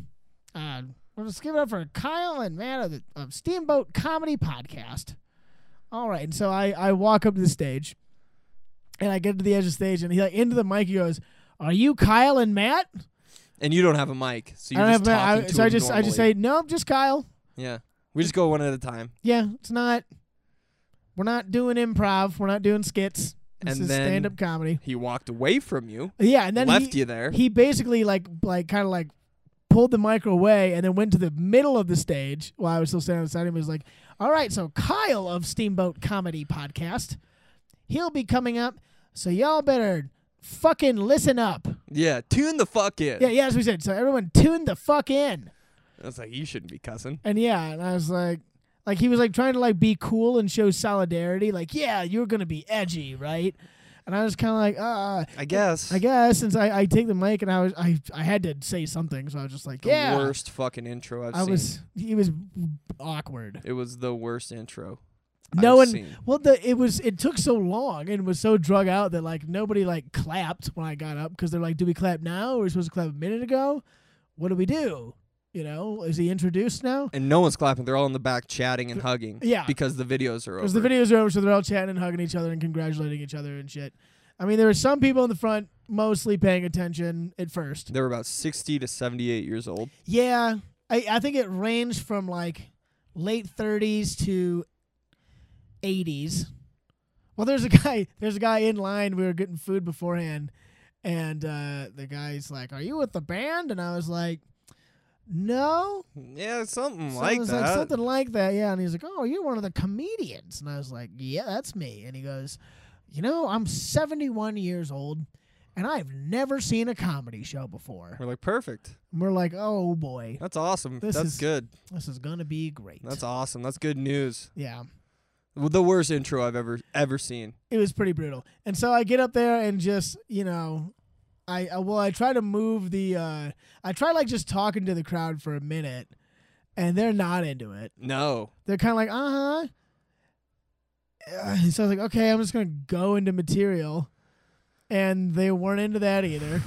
uh, let's give it up for Kyle and Matt of, the, of Steamboat Comedy Podcast." All right, and so I I walk up to the stage, and I get to the edge of the stage, and he like into the mic. He goes, "Are you Kyle and Matt?"
And you don't have a mic, so
I
you're just
don't have Matt.
talking
I,
to
so I
him
just I just
normally.
say, "No, I'm just Kyle."
yeah. We just go one at a time,
Yeah, it's not. We're not doing improv. We're not doing skits. This
And
is
then-
stand up comedy.
he walked away from you,
Yeah, and then
left
he,
you there.
he basically like like kind of like pulled the mic away and then went to the middle of the stage while I was still standing on the side of him. He was like, "All right, so Kyle of Steamboat Comedy Podcast, he'll be coming up, so y'all better fucking listen up."
yeah, tune the fuck in.
Yeah, yeah, as we said. So everyone tune the fuck in.
I was like, you shouldn't be cussing.
And yeah, and I was like, like he was like trying to like be cool and show solidarity. Like, yeah, you're gonna be edgy, right? And I was kind of like, uh,
I guess.
I guess since I, I take the mic and I was I I had to say something, so I was just like,
The
yeah,
worst fucking intro I've
I
seen.
was it was awkward.
It was the worst intro.
No
I've
one.
seen.
Well, the it was it took so long and was so drug out that like nobody like clapped when I got up because they're like, do we clap now? Or we supposed to clap a minute ago? What do we do? You know, is he introduced now?
And no one's clapping. They're all in the back chatting and hugging.
Yeah.
Because the videos are over.
Because the videos are over, so they're all chatting and hugging each other and congratulating each other and shit. I mean, there were some people in the front mostly paying attention at first.
they were about 60 to 78 years old.
Yeah, I, I think it ranged from like late 30s to 80s. Well, there's a guy. [laughs] There's a guy in line. We were getting food beforehand, and uh, the guy's like, "Are you with the band?" And I was like, "No."
Yeah, something
So
like
it's
that.
like something like that, yeah. And he's like, "Oh, you're one of the comedians," and I was like, "Yeah, that's me." And he goes, "You know, I'm 71 years old, and I've never seen a comedy show before."
We're like, perfect.
And we're like, "Oh boy,
That's awesome.
This
That's
is-
good.
this is gonna be great."
That's awesome. That's good news.
yeah.
Well, The worst intro I've ever ever seen.
It was pretty brutal, and so I get up there and just you know, I, I well I try to move the uh I try like just talking to the crowd for a minute, and they're not into it.
No.
they're kind of like, uh huh. So I was like, okay, I'm just gonna go into material, and they weren't into that either.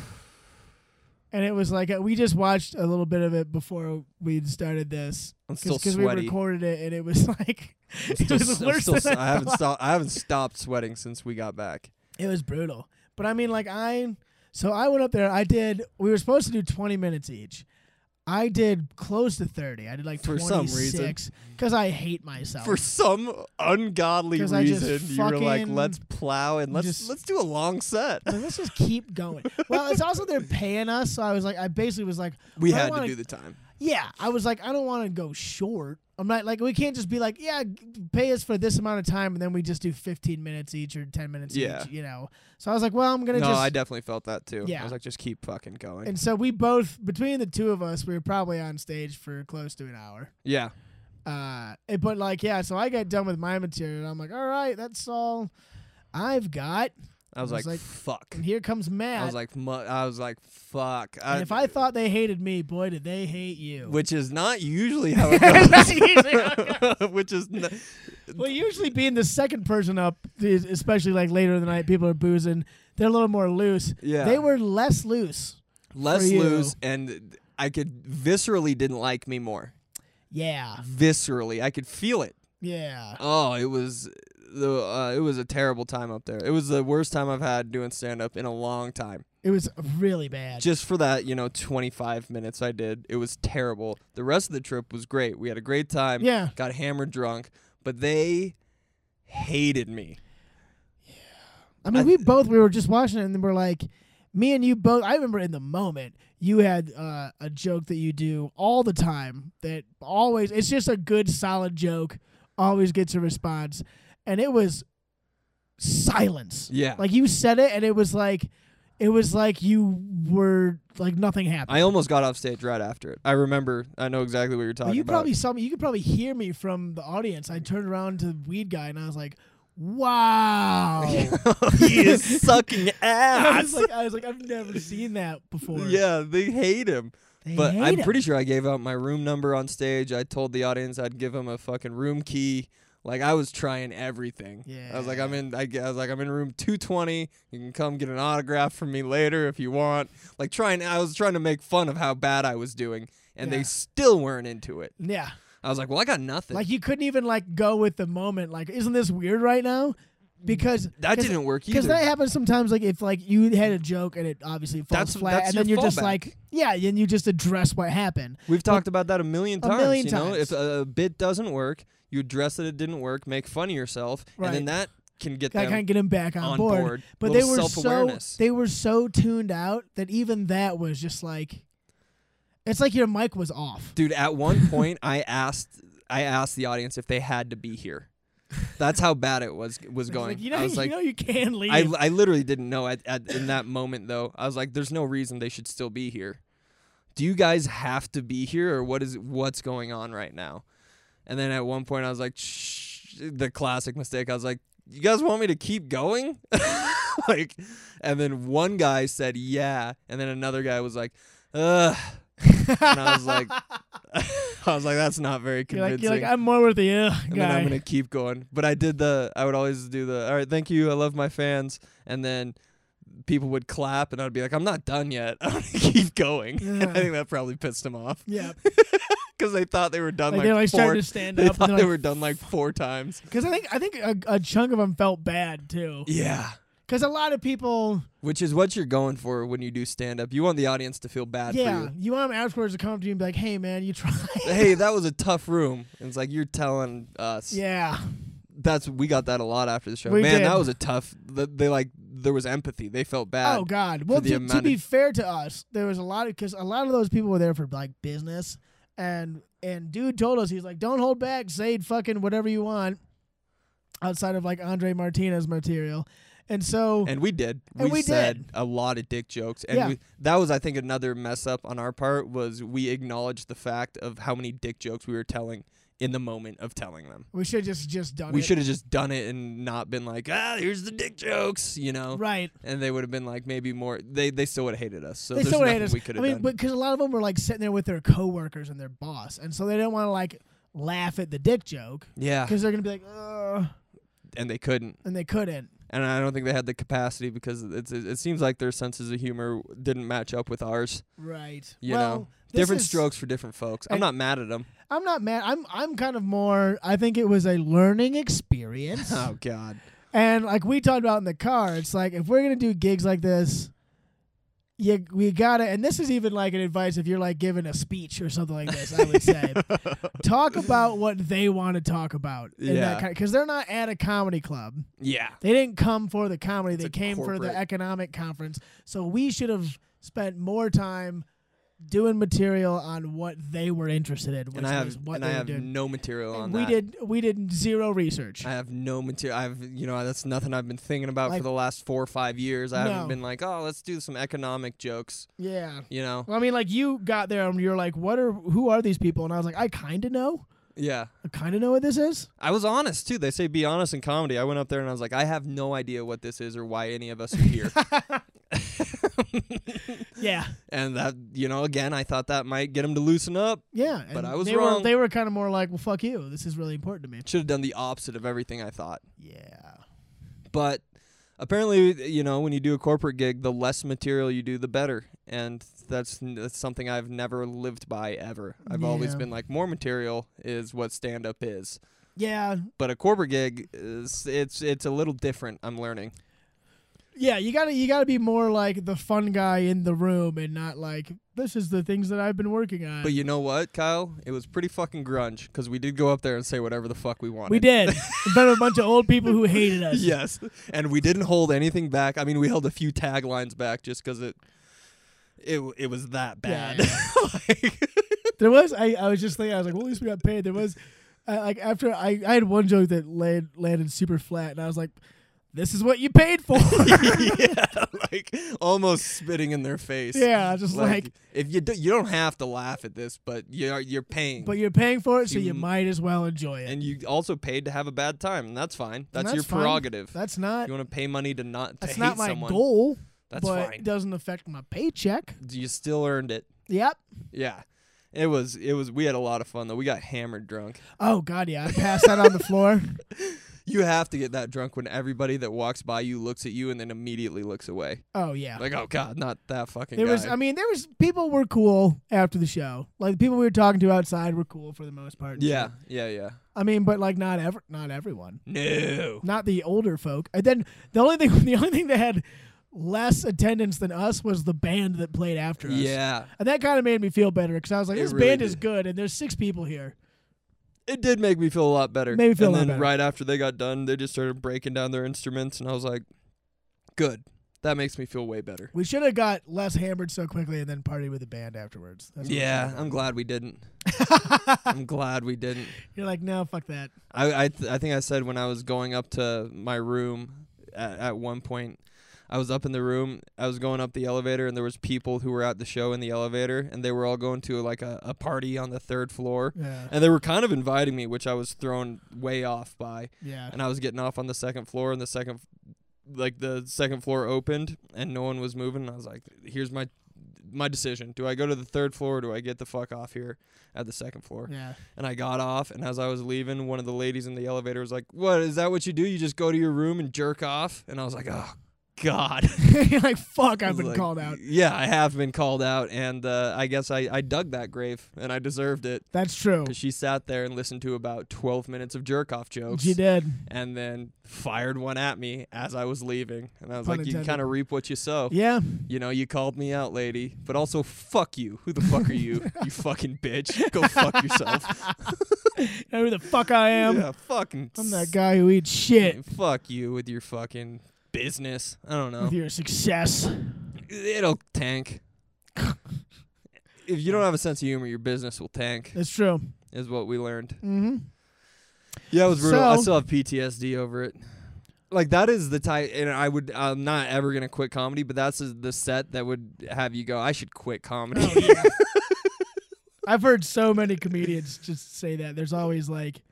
And it was like uh, we just watched a little bit of it before we started this
I'm still
we
sweaty.
recorded it, and it was [laughs] like
[laughs] I'm
it
still,
was
I'm
worse
still,
than
I
I [laughs]
haven't
thought.
stopped. I haven't stopped sweating since we got back.
It was brutal. But I mean, like I, so I went up there. I did. We were supposed to do 20 minutes each. I did close to 30. I did like
For some reason.
26 because I hate myself.
For some ungodly
'Cause I just
reason, you were like,
fucking-
"Let's plow and let's
just-
let's do a long set."
[laughs] Like, let's just keep going. Well, it's also they're paying us, so I was like, I basically was like,
We
I
had to
wanna-
do the time.
Yeah, I was like, I don't want to go short. I'm not like we can't just be like, yeah, g- pay us for this amount of time, and then we just do 15 minutes each or 10 minutes
Yeah.
each. You know. So I was like, well, I'm gonna
No,
just.
I definitely felt that too. I
Yeah.
was like, "Just keep fucking going."
and so we both, between the two of us, we were probably on stage for close to an hour.
yeah,
Uh, eh, but like, yeah, so I got done with my material. and I'm like, all right, that's all I've got.
I was,
I was
like,
like,
fuck.
And here comes Matt.
I was like, mu- I was like, fuck.
and if I thought they hated me, boy, did they hate
[laughs]
you. [laughs]
which is not usually how [laughs] it goes. which is
[laughs]
n-
well, usually being the second person up, is- especially like later in the night, people are boozing. They're a little more loose.
Yeah.
They were less loose.
less
you.
loose, and I could viscerally didn't like me more.
Yeah.
Viscerally, I could feel it.
Yeah.
Oh, it was the uh, it was a terrible time up there. It was the worst time I've had doing stand up in a long time.
It was really bad.
Just for that, you know, 25 minutes I did. It was terrible. The rest of the trip was great. We had a great time.
Yeah.
Got hammered drunk, but they hated me.
I mean, we both we were just watching it and we're like, me and you both. I remember in the moment you had uh, a joke that you do all the time that always it's just a good solid joke, always gets a response, and it was silence.
Yeah.
like you said it and it was like, it was like you were like nothing happened.
I almost got off stage right after it. I remember. I know exactly what you're talking
you
about.
probably saw me. You could probably hear me from the audience. I turned around to the weed guy and I was like,
[laughs]
wow.
he is [laughs] sucking
[laughs] I
ass.
was like, I was like, I've never seen that before.
yeah, they hate him.
They
but
hate
I'm
him.
pretty sure I gave out my room number on stage. I told the audience I'd give him a fucking room key. Like I was trying everything. I was like, I'm in. I, g- I was like, I'm in room 220. You can come get an autograph from me later if you want. Like trying. I was trying to make fun of how bad I was doing, and
Yeah.
they still weren't into it.
Yeah.
I was like, well, I got nothing.
Like you couldn't even like go with the moment. Like, isn't this weird right now? Because
that
cause,
didn't work either.
Because that happens sometimes. Like if like you had a joke and it obviously falls
That's-
flat,
that's
and then
your
you're just
fallback.
like, yeah, and you just address what happened.
We've talked about that a million
a
times.
million
you know, if
times.
a, a bit doesn't work, you address that it didn't work, make fun of yourself, and then
Right.
that can get
That
them.
kind of get him back on,
on
board.
board.
But they
Little
were so
self-awareness.
they were so tuned out that even that was just like, it's like your mic was off.
Dude, at one point, I asked, I asked the audience if they had to be here. That's how bad it was was
It's
going.
like, you know,
I was
you
like,
know, you can leave.
I, I literally didn't know at, at in that moment though. I was like, there's no reason they should still be here. Do you guys have to be here or what is what's going on right now? And then at one point I was like, Shh, the classic mistake. I was like, you guys want me to keep going? [laughs] like, and then one guy said yeah, and then another guy was like, ugh. and I was like, [laughs] I was like, that's not very
you're like,
convincing.
you're like, I'm more with the uh,
And then
guy.
I'm gonna keep going. But I did the I would always do the all right, thank you, I love my fans, and then people would clap and I'd be like, I'm not done yet. [laughs] I'm gonna keep going. [laughs] And I
Yeah.
think that probably pissed them off. [laughs]
yeah,
Because they thought they were done
like
like,
they're like
four
starting to stand
they
up.
thought
and
they
they're
were
like,
done like four times.
Because I think I think a, a chunk of them felt bad too.
Yeah.
Because a lot of people,
Which is what you're going for when you do stand up. You want the audience to feel bad
yeah,
for
you.
you.
want them afterwards to come up to you and be like, "Hey, man, you tried."
[laughs] Hey, that was a tough room. And it's like you're telling us.
yeah,
That's we got that a lot after the show.
We
Man,
did.
that was a tough. th- They like there was empathy. They felt bad.
Oh God! Well,
the
to, to
amount
be
of-
fair to us, there was a lot of because a lot of those people were there for like business, and and dude told us he's like, "Don't hold back, say fucking whatever you want," outside of like Andre Martinez material, and so
And we did.
And we
said
did.
a lot of dick jokes, and
Yeah.
we, that was, I think, another mess up on our part was we acknowledged the fact of how many dick jokes we were telling in the moment of telling them.
we should just just done
We
it.
should have just done it and not been like, ah, here's the dick jokes, you know.
right.
And they would have been like, maybe more. They they still would have hated us. So
They
there's
still would
nothing
hate us.
we could
I
have
mean,
done.
because a lot of them were like sitting there with their coworkers and their boss, and so they don't want to like laugh at the dick joke
yeah,
because they're gonna be like, Ugh,
and they couldn't,
and they couldn't.
and I don't think they had the capacity because it's, it, it seems like their senses of humor didn't match up with ours.
Right.
You
well,
know,
this
different
is-
strokes for different folks. I'm
I-
not mad
[laughs]
at them.
I'm not mad. I'm I'm kind of more. I think it was a
[laughs]
learning experience,
Oh God.
and like we talked about in the car, it's like if we're gonna do gigs like this, you we gotta. And this is even like an advice if you're like giving a speech or something like this. I
[laughs]
would say talk about what they want to talk about. in
Yeah.
that kind because they're not at a comedy club.
Yeah.
They didn't come for the comedy.
a
they came for
corporate-
the economic conference. So we should have spent more time doing material on what they were interested in, which
and I have
was what
and
they
I
were
have
doing.
no material on
And we
that.
did we did zero research.
I have no material. I've you know that's nothing I've been thinking about
Like-
for the last four or five years. I
No.
haven't been like, oh, let's do some economic jokes.
yeah.
You know,
Well, I mean, like you got there and you're like, "What are who are these people?" And I was like, "I kind of know."
Yeah.
I kind of know what this is.
I was honest too. They say be honest in comedy. I went up there and I was like, I have no idea what this is or why any of us are
[laughs]
here.
Yeah,
and that, you know, again, I thought that might get them to loosen up.
[laughs] yeah.
But
and
I was
they Were,
wrong.
they were kind of more like, "Well, fuck you. This is really important to me."
Should have done the opposite of everything I thought.
Yeah.
But apparently, you know, when you do a corporate gig, the less material you do, the better. And that's that's something I've never lived by ever. I've always
Yeah.
been like, more material is what stand up is.
Yeah,
But a corporate gig is it's it's a little different. I'm learning.
yeah. You gotta you gotta be more like the fun guy in the room and not like this is the things that I've been working on.
But you know what, Kyle? It was pretty fucking grunge because we did go up there and say whatever the fuck we wanted.
we did in front of a bunch of old people who hated
[laughs]
us.
Yes, and we didn't hold anything back. I mean, we held a few taglines back just because it, it it was that bad. [laughs] Like-
There was I, I was just thinking I was like, well, at least we got paid. There was I, like after I, I had one joke that land, landed super flat and I was like, this is what you
[laughs]
paid for.
yeah, like almost spitting in their face.
[laughs] yeah, I was just like,
like, if you do, you don't have to laugh at this, but you're you're paying,
but you're paying for it, so
You
you
m-
might as well enjoy it.
and you also paid to have a bad time, and that's fine.
And
That's, your
fine.
prerogative.
That's not
you want to pay money to not to
that's
hate
not my
someone.
goal.
That's
but
fine.
it doesn't affect my paycheck.
You still earned it.
Yep.
Yeah. It was it was we had a lot of fun though. We got hammered drunk.
Oh god, yeah. I passed that on the floor. [laughs]
You have to get that drunk when everybody that walks by you looks at you and then immediately looks away.
Oh yeah.
Like, oh god, not that fucking
there
guy.
was I mean, there was people were cool after the show. Like the people we were talking to outside were cool for the most part. and
yeah,
shit.
yeah, yeah.
I mean, but like not ever not everyone.
No.
not the older folk. And then the only thing [laughs] the only thing that had less attendance than us was the band that played after us.
Yeah.
And that kind of made me feel better because I was like,
It
this
really
band is
did.
good, and there's six people here.
It did make me feel a lot better.
Made me feel a
and
lot
then
better.
right after they got done, they just started breaking down their instruments and I was like, Good. That makes me feel way better.
We should have got less hammered so quickly and then partied with the band afterwards. That's what we
Yeah,
should've
I'm glad we
[laughs]
didn't.
done.
I'm glad we didn't.
You're like, no, fuck that.
I I, th- I think I said when I was going up to my room at, at one point. I was up in the room. I was going up the elevator, and there was people who were at the show in the elevator, and they were all going to like a, a party on the third floor,
Yeah,
and they were kind of inviting me, which I was thrown way off by.
yeah.
And I was getting off on the second floor, and the second, like the second floor opened, and no one was moving. And I was like, "Here's my, my decision: Do I go to the third floor, or do I get the fuck off here at the second floor?" [laughs]
Yeah. [laughs]
And I got off, and as I was leaving, one of the ladies in the elevator was like, "What is that? What you do? You just go to your room and jerk off?" And I was like, "Oh God, [laughs]
You're like, fuck,
I was
I've been
like,
called out.
Yeah, I have been called out, and uh, I guess I, I dug that grave, and I deserved it
That's true.
because she sat there and listened to about 12 minutes of jerk off jokes,
She did.
and then fired one at me as I was leaving, and I was
Pun
like, "You
intended.
kind of reap what you sow."
Yeah.
You know, you called me out, lady, but also fuck you. Who the fuck are
[laughs]
you? you fucking bitch. Go fuck yourself.
Know who the fuck I am?
yeah, fucking.
I'm that guy who eats shit
Man, Fuck you with your fucking business. I don't know.
with your success.
It'll
[laughs]
tank. if you don't have a sense of humor, your business will tank.
That's true.
Is what we learned.
Mm-hmm.
Yeah, it was brutal. I
So-
still have PTSD over it. Like that is the type, and I would. I'm not ever gonna quit comedy, but that's the set that would have you go. I should quit comedy.
Oh. [laughs] I've heard so many comedians just say that. There's always like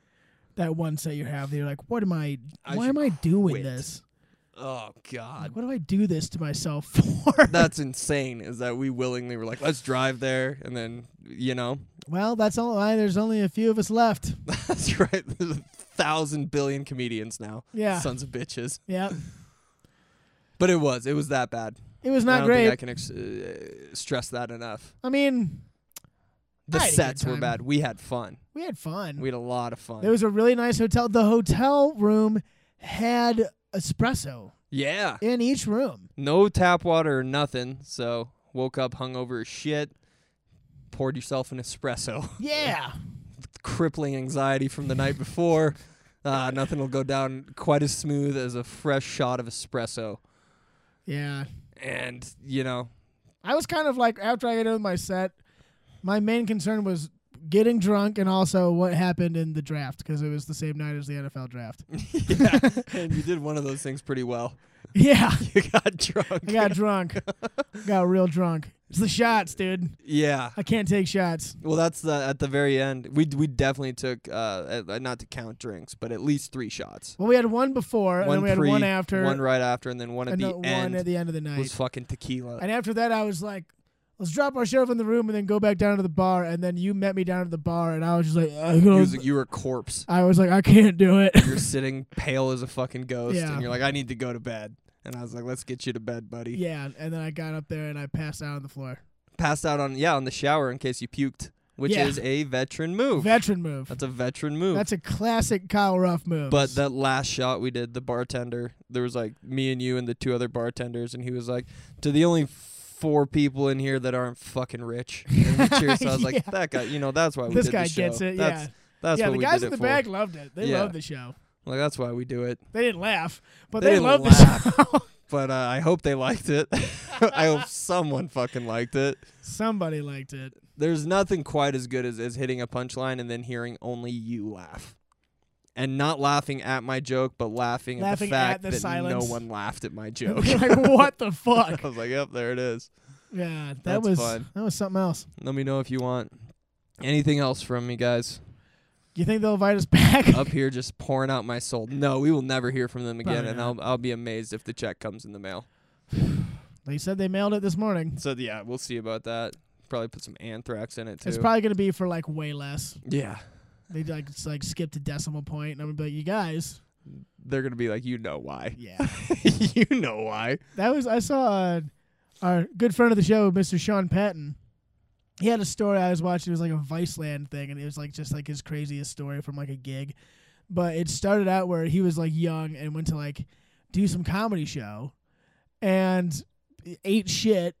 that one set you have. They're like, "What am I?
I
why
should
am I doing
quit.
this?
[laughs] oh God.
Like, what do I do this to myself [laughs] for?"
That's insane. Is that we willingly were like, let's drive there, and then you know, [laughs]
well, that's all. I, there's only a few of us left.
that's right. There's a thousand billion comedians now.
Yeah.
sons of bitches.
Yeah,
But it was. It was that bad.
it was
I
not
don't
great.
think I can ex- uh, stress that enough.
I mean,
The
I had a good
sets were
time.
bad. We had fun.
we had fun.
We had a lot of fun.
there was a really nice hotel. The hotel room had espresso
yeah.
in each room.
No tap water or nothing. So woke up hungover as shit. Poured yourself an espresso. [laughs]
Yeah,
Crippling anxiety from the night
[laughs]
before. Uh, nothing will go down quite as smooth as a fresh shot of espresso.
yeah.
And you know,
I was kind of like after I got done with my set, my main concern was getting drunk and also what happened in
[laughs]
the draft because it was the same night as the NFL draft.
yeah. and you did one of those things pretty well. [laughs]
Yeah,
You got drunk.
I
[laughs]
got drunk. got real drunk. It's the shots, dude.
yeah.
I can't take shots.
Well, that's the at the very end. We we definitely took uh uh, not to count drinks, but at least three shots.
Well, we had one before, and then we had
pre,
one after,
one right after, and then one at
and
the
then one
end
at the end of the night.
was fucking tequila.
And after that, I was like, let's drop our sheriff in the room and then go back down to the bar. And then you met me down at the bar, and I was just like, I,
You
don't-
was, you were a corpse.
I was like, I can't
[laughs]
do it.
You're
[laughs]
sitting pale as a fucking ghost,
Yeah.
and you're like, I need to go to bed. And I was like, Let's get you to bed, buddy.
yeah. And then I got up there and I passed out on the floor.
Passed out on yeah on the shower in case you puked, which
Yeah.
is a veteran move.
Veteran move.
that's a veteran move.
That's a classic Kyle Ruff move.
But that last shot we did, the bartender, there was like me and you and the two other bartenders, and he was like, "To the only four people in here that aren't fucking rich." And we
[laughs]
cheers. So I was like,
Yeah.
"That guy, you know, that's why we
this
did
guy
the show.
gets it.
That's,
yeah.
that's
yeah.
what
The
we
guys
did
in
it
the
for.
back loved it. They
Yeah.
loved the show.
Like that's why we do it.
They didn't laugh, but
They
they,
didn't
loved the show. [laughs]
But uh, I hope they liked it. [laughs] I hope someone fucking liked it.
Somebody
[laughs]
liked it.
There's nothing quite as good as, as hitting a punchline and then hearing only you laugh. And not laughing at my joke, but laughing,
Laughing
at the fact
at the
that
silence.
no one laughed at
[laughs]
my
They're
joke. [laughs]
like, what the fuck?
I was like, yep, there it is.
Yeah, that
That's
was
fun.
that was something else.
Let me know if you want anything else from me, guys.
You think they'll invite us [laughs] back?
Up here, just pouring out my soul. No, we will never hear from them again,
Probably
and I'll I'll be amazed if the check comes in the mail.
They said they mailed it this morning.
So yeah, we'll see about that. Probably put some anthrax in it too.
It's probably gonna be for like way less.
yeah,
They like it's like skipped a decimal point, and I'm gonna be like, you guys,
they're gonna be like, you know why,
yeah.
[laughs] you know
[laughs]
why.
that was I saw uh, our good friend of the show, Mr. Sean Patton. He had a story I was watching. It was like a Vice Land thing, and it was like just like his craziest story from like a gig. But it started out where he was like young and went to like do some comedy show, and ate shit,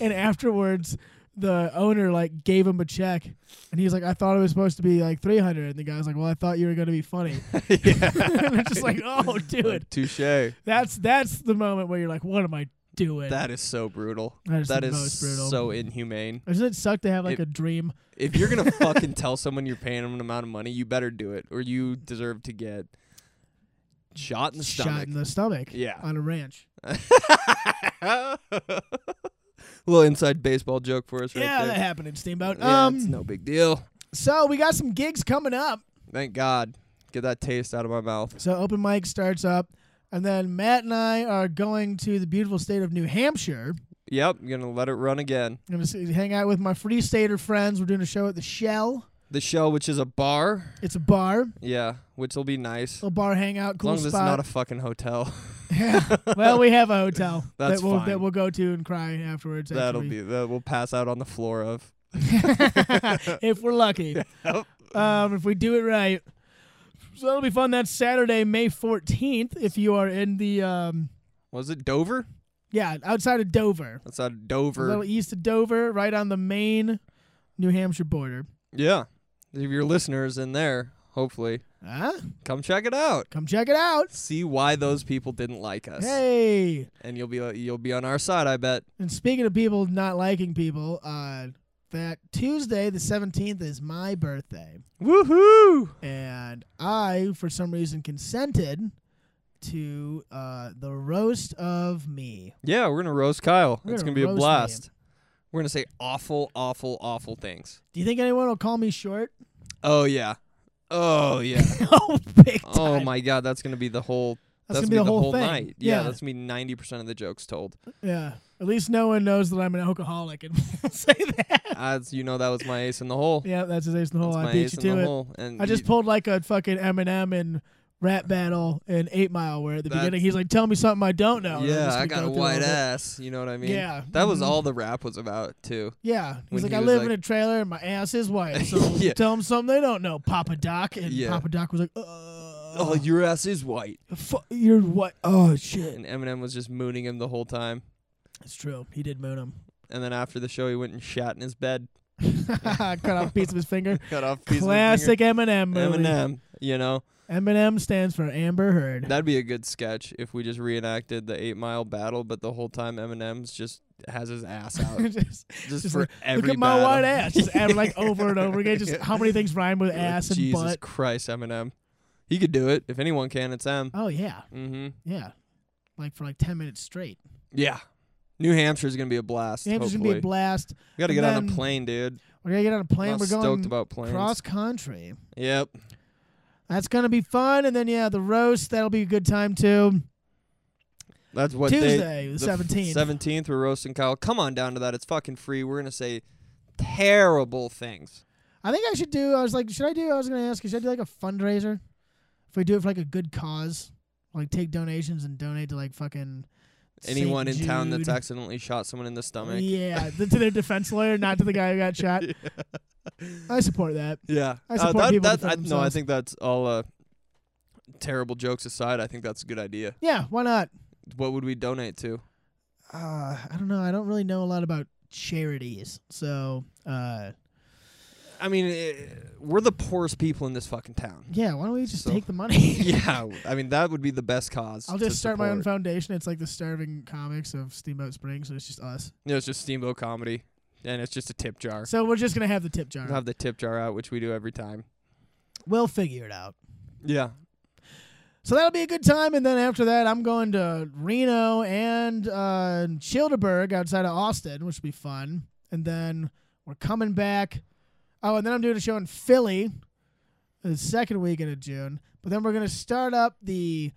and afterwards the owner like gave him a check, and he's like, "I thought it was supposed to be like 300 and the guy's like, "Well, I thought you were gonna be funny," [laughs] and
[laughs] yeah,
it's just like, "Oh, dude,
Like, touche.
that's that's the moment where you're like, what am I doing?
That is so brutal.
That is
That
the
is
most brutal.
so inhumane.
Doesn't it suck to have like
It-
a dream?
If you're gonna fucking tell someone you're paying them an amount of money, you better do it, or you deserve to get shot in the
shot
stomach.
in the stomach?
Yeah.
on a ranch.
little inside baseball joke for us right
yeah,
there.
that happened in Steamboat.
Yeah,
um,
it's no big deal.
so we got some gigs coming up.
Thank God. Get that taste out of my mouth.
So open mic starts up, and then Matt and I are going to the beautiful state of New Hampshire.
Yep, I'm gonna let it run again.
I'm gonna s- hang out with my Free Stater friends. We're doing a show at the Shell.
The show, which is a bar,
It's a bar,
yeah, which will be nice.
a bar hangout,
as
Oh, cool
long as it's
spot.
not a fucking hotel,
yeah. Well, we have a hotel
[laughs] That's
that we'll
fine.
that we'll go to and cry afterwards. after
that'll
we-
be that we'll pass out on the floor of.
[laughs] if we're lucky. Um, if we do it right. So that'll be fun. That's Saturday, May 14th. If you are in the, um,
Was it Dover?
yeah, outside of Dover,
That's out
a little
Dover.
east of Dover, right on the Maine New Hampshire border.
Yeah, if your listeners in there, hopefully,
Huh?
come check it out.
Ah, Come check it out.
See why those people didn't like us,
Hey.
and you'll be you'll be on our side, I bet.
And speaking of people not liking people, uh, that Tuesday, the 17th, is my birthday.
Woohoo!
and I, for some reason, consented to uh, the roast of me.
Yeah, we're gonna roast Kyle.
We're
it's
gonna
gonna be a
roast
blast. We're gonna say awful, awful, awful things.
Do you think anyone will call me [laughs] short?
Oh yeah. Oh
[laughs]
yeah.
oh, big time.
oh my god, that's gonna be the whole that's,
That's, gonna be the whole, thing.
night. Yeah,
yeah,
that's gonna be ninety percent of the jokes told.
[laughs] yeah. At least no one knows that I'm an alcoholic and [laughs] will say that.
As you know, that was my ace in the hole.
Yeah, that's his ace in the hole.
that's
Oh,
my
I beat
ace
you
in
to
the
it.
hole. And
I just
you,
pulled like a fucking Eminem and rap battle in Eight Mile, where at the
That's-
beginning he's like, "Tell me something I don't know." and I'm
Yeah,
just
I
gonna
got
go
a
through
white
all of it.
ass. You know what I mean?
Yeah,
That was
mhm.
all the rap was about too.
Yeah, he's
When
like,
he
I
was
live in
like-
a trailer and my ass
[laughs]
is white. So
Yeah.
tell him something they don't know, Papa Doc. And
Yeah.
Papa Doc was like, uh,
Oh,
oh,
your ass is white.
fu- you're what? Oh shit,
And Eminem was just mooning him the whole time.
it's true. He did moon him.
And then after the show, he went and shat in his bed.
[laughs] Cut off a piece of his finger.
Cut off a [laughs] piece
Classic Eminem
Of his
movie.
finger. Eminem. You know.
Eminem stands for Amber Heard.
That'd be a good sketch if we just reenacted the eight mile battle, but the whole time Eminem's just has his ass out just,
[laughs] Just- just
for
like,
every
look at my white
battle. [laughs]
ass. Just add, like over and over again. Just how many things rhyme with
Like,
ass and
Oh, Jesus
butt?
Christ, Eminem, he could do it. If anyone can, it's Em.
Oh yeah,
Mm-hmm.
yeah. like for like ten minutes straight.
Oh, Yeah. New Hampshire's gonna be a blast.
New Hampshire's
hopefully.
gonna be a blast.
We gotta get on a
then-
plane, dude.
We're gonna get on a plane.
I'm not
We're
stoked
going
about planes.
cross country.
Yep.
That's gonna be fun. And then yeah, the roast that'll be a good time too.
That's what
Tuesday, the
seventeenth.
17th.
Seventeenth, we're roasting Kyle. Come on down to that. It's fucking free. We're gonna say terrible things.
I think I should do. I was like, should I do? I was gonna ask you. Should I do like a fundraiser? If we do it for like a good cause, like take donations and donate to like fucking Saint
Anyone in town that's
Jude.
accidentally shot someone in the stomach.
Yeah, th- to their defense lawyer, not to the guy
[laughs]
who got shot. I support that.
Yeah. Uh,
I support
that,
people
that,
defend
I, no, I
themselves.
think that's all. Uh, terrible jokes aside, I think that's a good idea.
Yeah, why not?
What would we donate to?
Uh, I don't know. I don't really know a lot about charities, so uh,
I mean, eh, we're the poorest people in this fucking town.
yeah, why don't we just
So-
take the money?
[laughs] yeah, I mean that would be the best cause.
[laughs] I'll
to
just start my own
support.
foundation. It's like the starving comics of Steamboat Springs, and it's just us.
No, it's just Steamboat comedy, and it's just a tip jar.
So we're just gonna have the tip jar.
We'll have the tip jar out, which we do every time.
We'll figure it out.
Yeah,
So that'll be a good time, and then after that, I'm going to Reno and uh, Childeberg outside of Austin, which will be fun. And then we're coming back. Oh, and then I'm doing a show in Philly, the second weekend of June. But then we're gonna start up the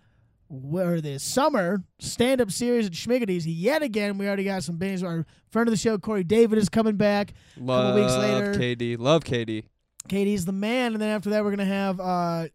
where the summer stand up series at Schmiggity's yet again. We already got some bands. Our friend of the show, Corey David, is coming back.
love
weeks later.
KD, love KD.
Katie's the man, and then after that, we're gonna have uh,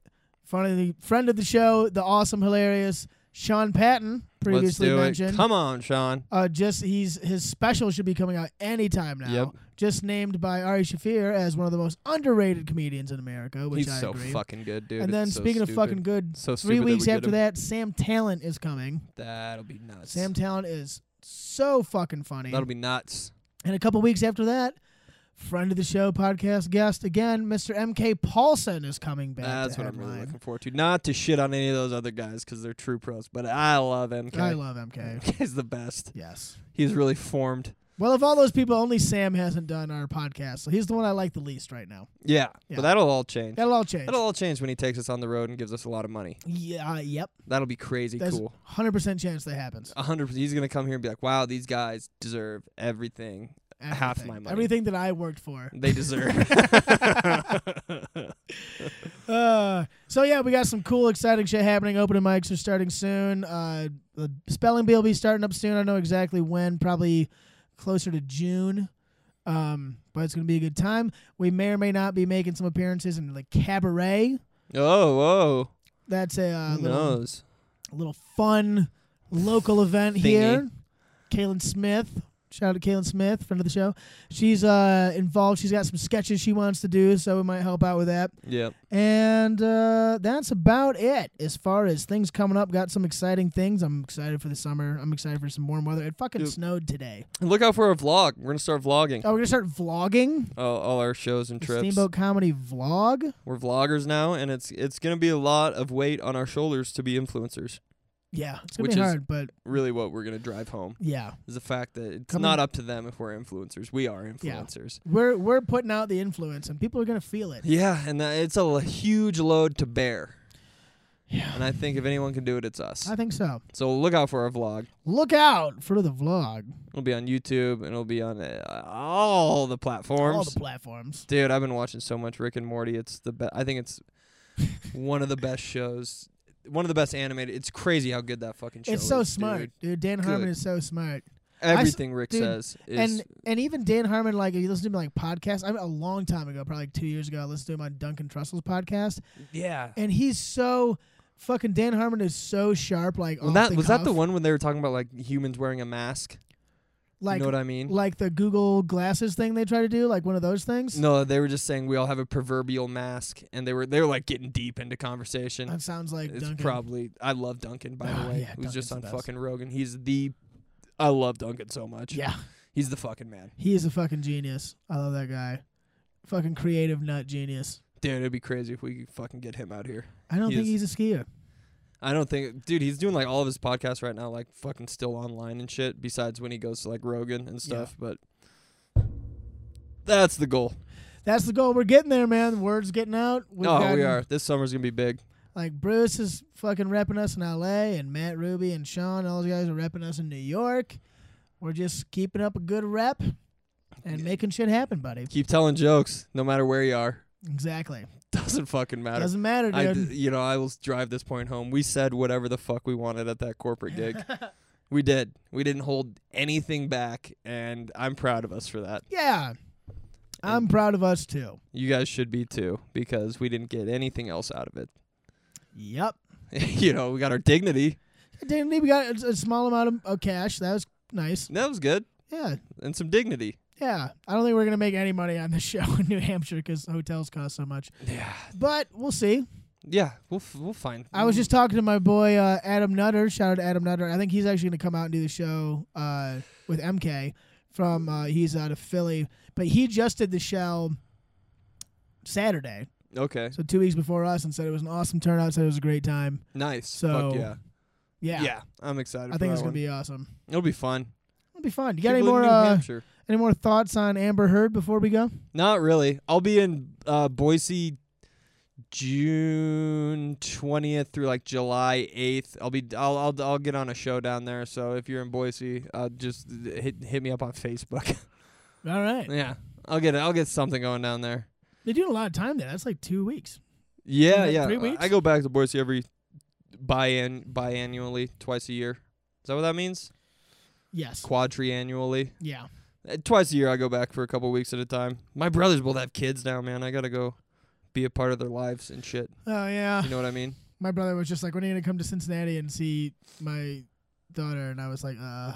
friend of the friend of the show, the awesome, hilarious Sean Patton, previously
Let's do
mentioned.
it. Come on, Sean.
uh, just he's his special should be coming out anytime now.
Yep.
Just named by Ari Shafir as one of the most underrated comedians in America, which
He's
I
so
agree.
fucking good, dude.
and then
It's so
speaking
stupid.
of fucking good,
So
three
stupid that
weeks
we did
after
him.
that, Sam Talent is coming.
that'll be nuts.
Sam Talent is so fucking funny.
that'll be nuts.
And a couple weeks after that, friend of the show podcast guest again, Mr. MK Paulson is coming back. to
That's what I'm really
headline.
looking forward to. Not to shit on any of those other guys because they're true pros, but I love MK. [laughs]
I love MK.
He's the best.
yes.
He's really formed.
Well, of all those people, only Sam hasn't done our podcast, so he's the one I like the least right now.
Yeah,
Yeah.
but that'll all change.
That'll all change.
That'll all change when he takes us on the road and gives us a lot of money.
yeah. uh, yep.
That'll be crazy
There's
cool. Uh,
hundred percent chance that happens.
A hundred. percent. He's gonna come here and be like, "Wow, these guys deserve everything. half
Everything.
my money.
Everything that I worked for.
They deserve."
[laughs]
[laughs]
Uh, so yeah, we got some cool, exciting shit happening. Open mics are starting soon. Uh, the spelling bee will be starting up soon. I don't know exactly when. Probably closer to June. Um, but it's gonna be a good time. We may or may not be making some appearances in the cabaret.
oh, whoa!
That's a uh,
Who
little
knows?
a little fun local event
Thingy.
here. Kaylin Smith. Shout out to Kaylin Smith, friend of the show. She's uh, involved. She's got some sketches she wants to do, so we might help out with that.
Yep.
And uh, that's about it as far as things coming up. Got some exciting things. I'm excited for the summer. I'm excited for some warm weather. It fucking
Dude.
snowed today.
And look out for a vlog. We're gonna start vlogging.
Oh, we're gonna start vlogging.
All, all our shows and
The
trips.
Steamboat comedy vlog.
We're vloggers now, and it's it's gonna be a lot of weight on our shoulders to be influencers.
Yeah, it's gonna
Which
be
is-
hard, but
Really, what we're gonna drive home
yeah,
is the fact that it's
Coming-
not up to them if we're influencers. We are influencers.
we're we're putting out the influence, and people are gonna feel it.
Yeah, and that, it's a l- huge load to bear.
Yeah.
And I think if anyone can do it, it's us.
I think so.
So look out for our vlog.
Look out for the vlog.
It'll be on YouTube and it'll be on uh, all the platforms.
All the platforms.
Dude, I've been watching so much Rick and Morty. It's the best. I think
[laughs]
it's one of the best shows. One of the best animated. It's crazy how good that fucking show
It's
is.
so smart,
dude.
dude. Dan Harmon
Good.
is so smart, s-
Everything Rick
dude,
says is.
and and even Dan Harmon, like if you listen to him like podcasts, I mean, a long time ago, probably like two years ago, I listened to him on Duncan Trussell's podcast,
yeah.
and he's so fucking Dan Harmon is so sharp. Like
When
off
that,
the
was that the
cuff.
one when they were talking about like humans wearing a mask?
like
you know what I mean?
like the Google glasses thing they try to do, like one of those things.
No, they were just saying we all have a proverbial mask, and they were they were like getting deep into conversation.
that sounds like
it's
Duncan.
probably I love Duncan by the
Oh,
way.
yeah,
who's just
Duncan's
on
the best.
fucking Rogan. He's the I love Duncan so much.
yeah,
he's the fucking man,
he is a fucking genius. I love that guy, fucking creative nut genius.
dude. It'd be crazy if we could fucking get him out here.
I don't
He
think
is-
he's a skier.
I don't think, dude. He's doing like all of his podcasts right now, like fucking still online and shit. Besides when he goes to like Rogan and stuff, but that's the goal.
That's the goal. We're getting there, man. The word's getting out. We've
oh, we
gotten-
are. This summer's gonna be big.
Like Bruce is fucking repping us in L.A. and Matt Ruby and Sean, all those guys are repping us in New York. We're just keeping up a good rep and making shit happen, buddy.
Keep telling jokes, no matter where you are. [laughs]
Exactly.
Doesn't fucking matter.
Doesn't matter,
I,
dude.
d- you know, I will s- drive this point home. We said whatever the fuck we wanted at that corporate
[laughs]
gig. we did. We didn't hold anything back, and I'm proud of us for that.
yeah. I'm proud of us too.
You guys should be too, because we didn't get anything else out of it. [laughs]
Yep.
you know, we got our dignity.
Didn't we got a, a small amount of, of cash? That was nice.
That was good,
Yeah.
and some dignity.
Yeah. I don't think we're gonna make any money on this [laughs] show in New Hampshire because hotels cost so much.
Yeah,
But we'll see.
yeah. We'll f- we'll find.
I was just talking to my boy uh, Adam Nutter. Shout out to Adam Nutter. I think he's actually going to come out and do the show uh, with MK from. Uh, he's out of Philly, but he just did the show Saturday,
okay.
so two weeks before us, and said it was an awesome turnout. Said it was a great time.
Nice.
So,
Fuck yeah.
Yeah,
yeah. I'm excited.
I think it's going to be awesome.
be. It'll be fun.
It'll be fun. You got any
People in
more
New
uh,
Hampshire.
any more thoughts on Amber Heard before we go?
Not really. I'll be in uh, Boise June twentieth through like July eighth. I'll be I'll, I'll I'll get on a show down there. So if you're in Boise, uh, just hit hit me up on Facebook. [laughs]
All right,
yeah, I'll get I'll get something going down there.
they do a lot of time there. That's like two weeks.
Yeah,
Like
yeah.
three
I-
weeks?
I go back to Boise every bien biannually, twice a year. Is that what that means?
Yes.
Quadriannually.
Yeah.
Uh, Twice a year, I go back for a couple weeks at a time. My brothers both have kids now, man. I gotta go be a part of their lives and shit.
Oh yeah.
You know what I mean?
my brother was just like, "When are you gonna come to Cincinnati and see my daughter?" And I was like, "Uh,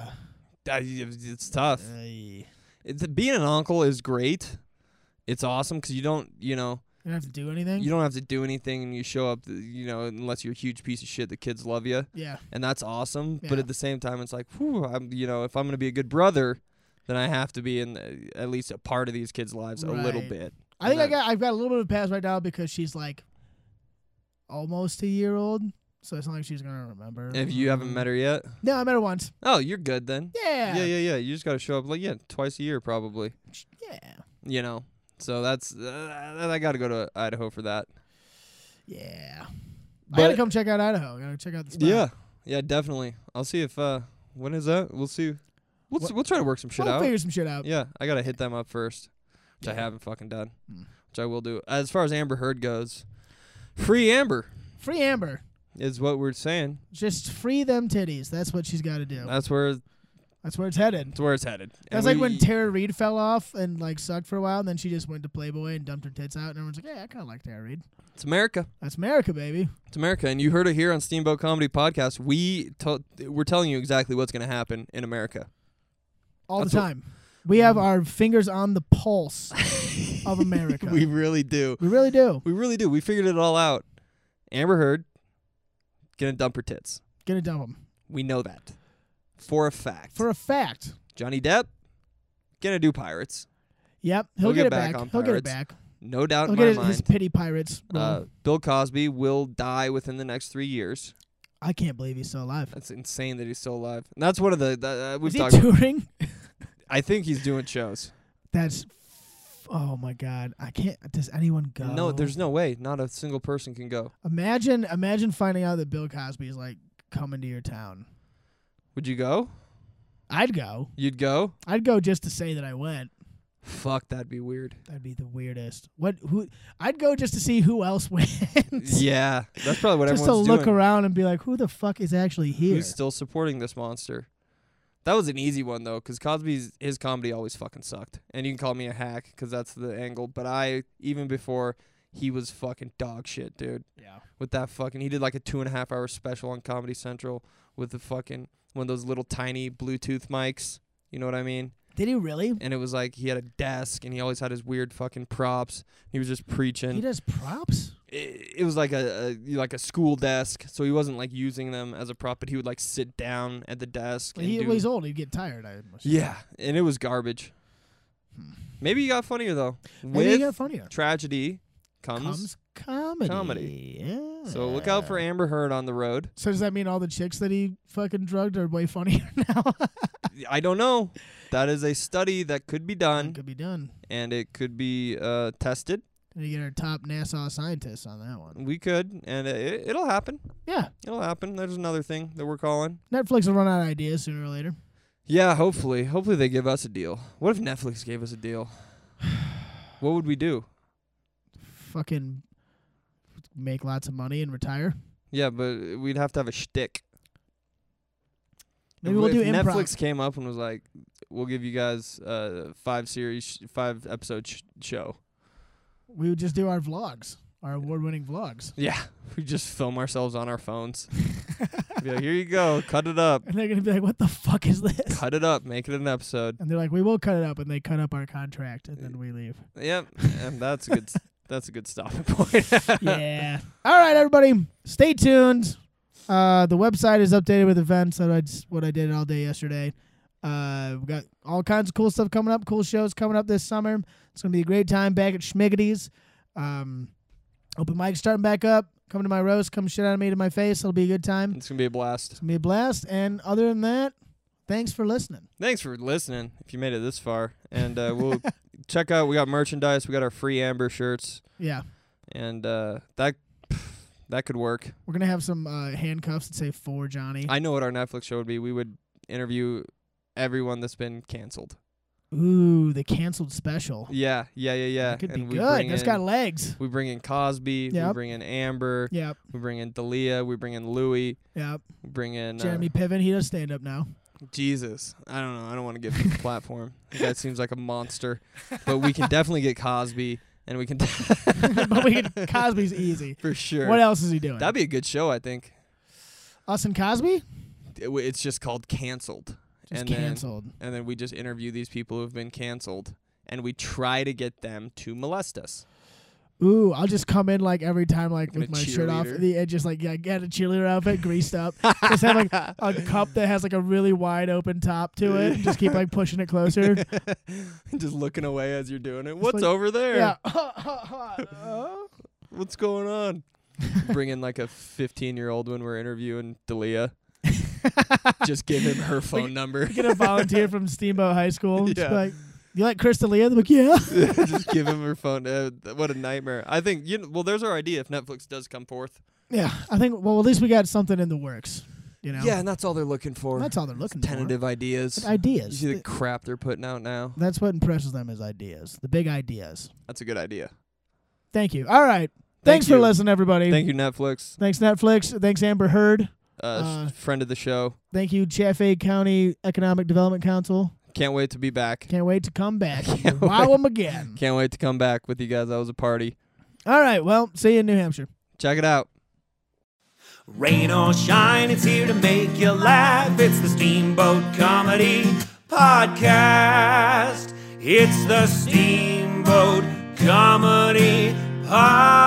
I- it's it's tough.
I
It's, being an uncle is great. It's awesome because you don't, you know,
don't have to do anything."
you don't have to do anything, and you show up, you know, unless you're a huge piece of shit. The kids love you,
yeah,
and that's awesome.
Yeah.
But at the same time, it's like, whew, I'm, you know, if I'm gonna be a good brother, then I have to be in the, at least a part of these kids' lives a little
Right.
bit.
I think I
And that-
got I've got a little bit of a pass right now because she's like almost a year old, so it's not like she's gonna remember.
If you haven't met her yet,
no, I met her once.
oh, you're good then.
Yeah,
yeah, yeah. yeah. You just gotta show up like yeah, twice a year probably.
yeah,
You know, so that's uh, I gotta go to Idaho for that.
yeah. I gotta
But-
come check out Idaho. I gotta check out the spot.
Yeah, yeah, definitely. I'll see if uh, when is that? We'll see. We'll
What-
s- we'll try to work some shit
I'll
out.
figure some shit out.
Yeah, I gotta hit them up first, which I
Yeah.
haven't fucking done,
Mm.
which I will do. As far as Amber Heard goes, free Amber
Free Amber,
is what we're saying.
just free them titties. That's what she's got to do.
That's where
That's where it's headed.
that's where it's headed. And
That's like when
we-
Tara Reid fell off and like sucked for a while, and then she just went to Playboy and dumped her tits out, and everyone's like, "Yeah, I kind of like Tara Reid.
it's America.
That's America, baby."
It's America, and you heard it here on Steamboat Comedy Podcast. We to- we're telling you exactly what's gonna happen in America.
All
That's Mm.
the
what-
time. we have our fingers on the
[laughs]
pulse of America.
We
we,
really do.
really do.
We really do. We figured it all out. Amber Heard gonna dump her tits.
Gonna dump them
We know that for a fact.
for a fact.
Johnny Depp gonna do pirates,
Yep, he'll,
He'll
get,
get
it
back
back.
on
he'll get it
Pirates.
back.
no doubt
He'll
in
get
my
his, his
mind.
Mm. [laughs] pity pirates. role.
Uh, Bill Cosby will die within the next three years.
I can't believe he's still alive.
That's insane that he's still alive. And that's one of the that, uh, we've
Is he
talked. about-
touring?
I think he's doing shows.
That's. f- Oh my God! I can't. Does anyone go?
No, there's no way. Not a single person can go.
Imagine, imagine finding out that Bill Cosby is like coming to your town.
Would you go?
I'd go.
You'd go?
I'd go just to say that I went.
Fuck, that'd be
[laughs]
weird.
That'd be the weirdest. What? Who? I'd go just to see who else [laughs] went.
yeah, that's probably what
just to
everyone's
look
doing.
around and be like, who the fuck is actually here?
Who's still supporting this monster? That was an easy one though, 'cause Cosby's his comedy always fucking sucked, and you can call me a hack 'cause that's the angle. But I even before he was fucking dog shit, dude.
yeah.
With that fucking, he did like a two and a half hour special on Comedy Central with the fucking one of those little tiny Bluetooth mics. You know what I mean?
Did he really?
And it was like he had a desk, and he always had his weird fucking props. He was just preaching
He does props.
it, it was like a, a like a school desk, so he wasn't like using them as a prop, but he would like sit down at the desk.
Like,
and
he,
do-
well, he's old. He'd get tired. I must-
yeah, and it was garbage.
Hmm.
Maybe you got funnier though.
Maybe he
With
got funnier.
tragedy comes,
Comes comedy.
Comedy.
Yeah.
so look out for Amber Heard on the road.
So does that mean all the chicks that he fucking drugged are way funnier [laughs] now?
I don't know. That is a study that could be done,
Could be done.
and it could be uh, tested.
And you get our top NASA scientists on that one.
We could, and it, it'll happen.
Yeah,
It'll happen. There's another thing that we're calling.
Netflix will run out of ideas sooner or later. [sighs]
Yeah, hopefully. Hopefully they give us a deal. What if Netflix gave us a deal? What would we do?
Fucking make lots of money and retire.
Yeah, but we'd have to have a shtick.
Maybe we'll
if
do improv.
Netflix came up and was like, "We'll give you guys a five series, sh- five episode sh- show." [laughs]
We would just do our vlogs, our award-winning vlogs.
Yeah, we just film ourselves on our phones. [laughs] Be like, here you
[laughs]
go, cut it up,
And they're gonna be like, "What the fuck is this?"
cut it up, make it an episode.
And they're like, "We will cut it up," and they cut up our contract, and then we leave.
Yep, and that's a good.
[laughs]
s- That's a good stopping point. [laughs]
yeah. [laughs] All right, everybody, stay tuned. Uh, the website is updated with events. That I just, what I did all day yesterday. Uh, we got all kinds of cool stuff coming up. Cool shows coming up this summer. It's gonna be a great time back at Schmiggity's. Um, open mic starting back up. Come to my roast. Come shit out of me to my face. It'll be a good time. It's
it's gonna be a blast.
gonna be a blast. And other than that, thanks for listening.
Thanks for listening. If you made it this far, and uh, we'll check out. We got merchandise. We got our free Amber shirts,
[laughs] Yeah,
and uh, that that could work.
we're gonna have some uh, handcuffs that say for Johnny.
I know what our Netflix show would be. We would interview everyone that's been canceled.
Ooh, the canceled special.
Yeah, yeah, yeah, yeah.
That could
and
be
we bring
good. That's
in,
got legs.
we bring in Cosby. We
Yep.
bring in Amber.
Yep.
We bring in Dalia. We bring in Louie.
Yep.
We bring in uh,
Jeremy Piven, he does stand up now.
Jesus. I don't know. I don't want to give
[laughs]
him a platform. That seems like a monster. But we can definitely get Cosby, and we can
[laughs] but we can, Cosby's easy.
[laughs] for sure.
What else is he doing?
That'd be a good show, I think.
Us and Cosby?
It w- It's just called canceled.
Just
and then
canceled.
and then we just interview these people who've been canceled and we try to get them to molest us.
Ooh, I'll just come in like every time, like
Like
with
a
my shirt off,
cheerleader.
the edge, just like yeah, get a cheerleader outfit, greased up. just have like a cup that has like a really wide open top to it. And just keep like pushing it
[laughs]
closer.
[laughs] just looking away as you're doing it. What's
like-
over there?
yeah. [laughs] Uh,
What's going
[laughs]
on? Bring in like a 15 year old when we're interviewing Dalia. just give him
[laughs]
her phone number. [laughs]
Get a volunteer from Steamboat High School. Just be
Yeah.
like, you like Chris D'Elia? They're like, yeah.
just give him her phone. Uh, th- what a nightmare. I think, you know, well, there's our idea if Netflix does come forth.
Yeah. I think. Well, at least we got something in the works. You know.
and that's all they're looking for.
That's all they're looking
Tentative
for.
ideas.
But
You
ideas.
see the crap they're putting out now?
That's what impresses them is ideas, the big ideas.
That's a good idea.
Thank you. All right.
Thank
Thanks for
you.
listening, everybody.
Thank you, Netflix.
Thanks, Netflix. Thanks, Amber Heard.
uh,
Uh,
s- friend of the show.
Thank you, Chaffee County Economic Development Council.
Can't wait to be back.
Can't wait to come
[laughs]
back.
Can't
Wow them again.
Can't wait to come back with you guys. That was a party.
All right. Well, see you in New Hampshire.
Check it out.
Rain or shine, it's here to make you laugh. It's the Steamboat Comedy Podcast. It's the Steamboat Comedy Podcast.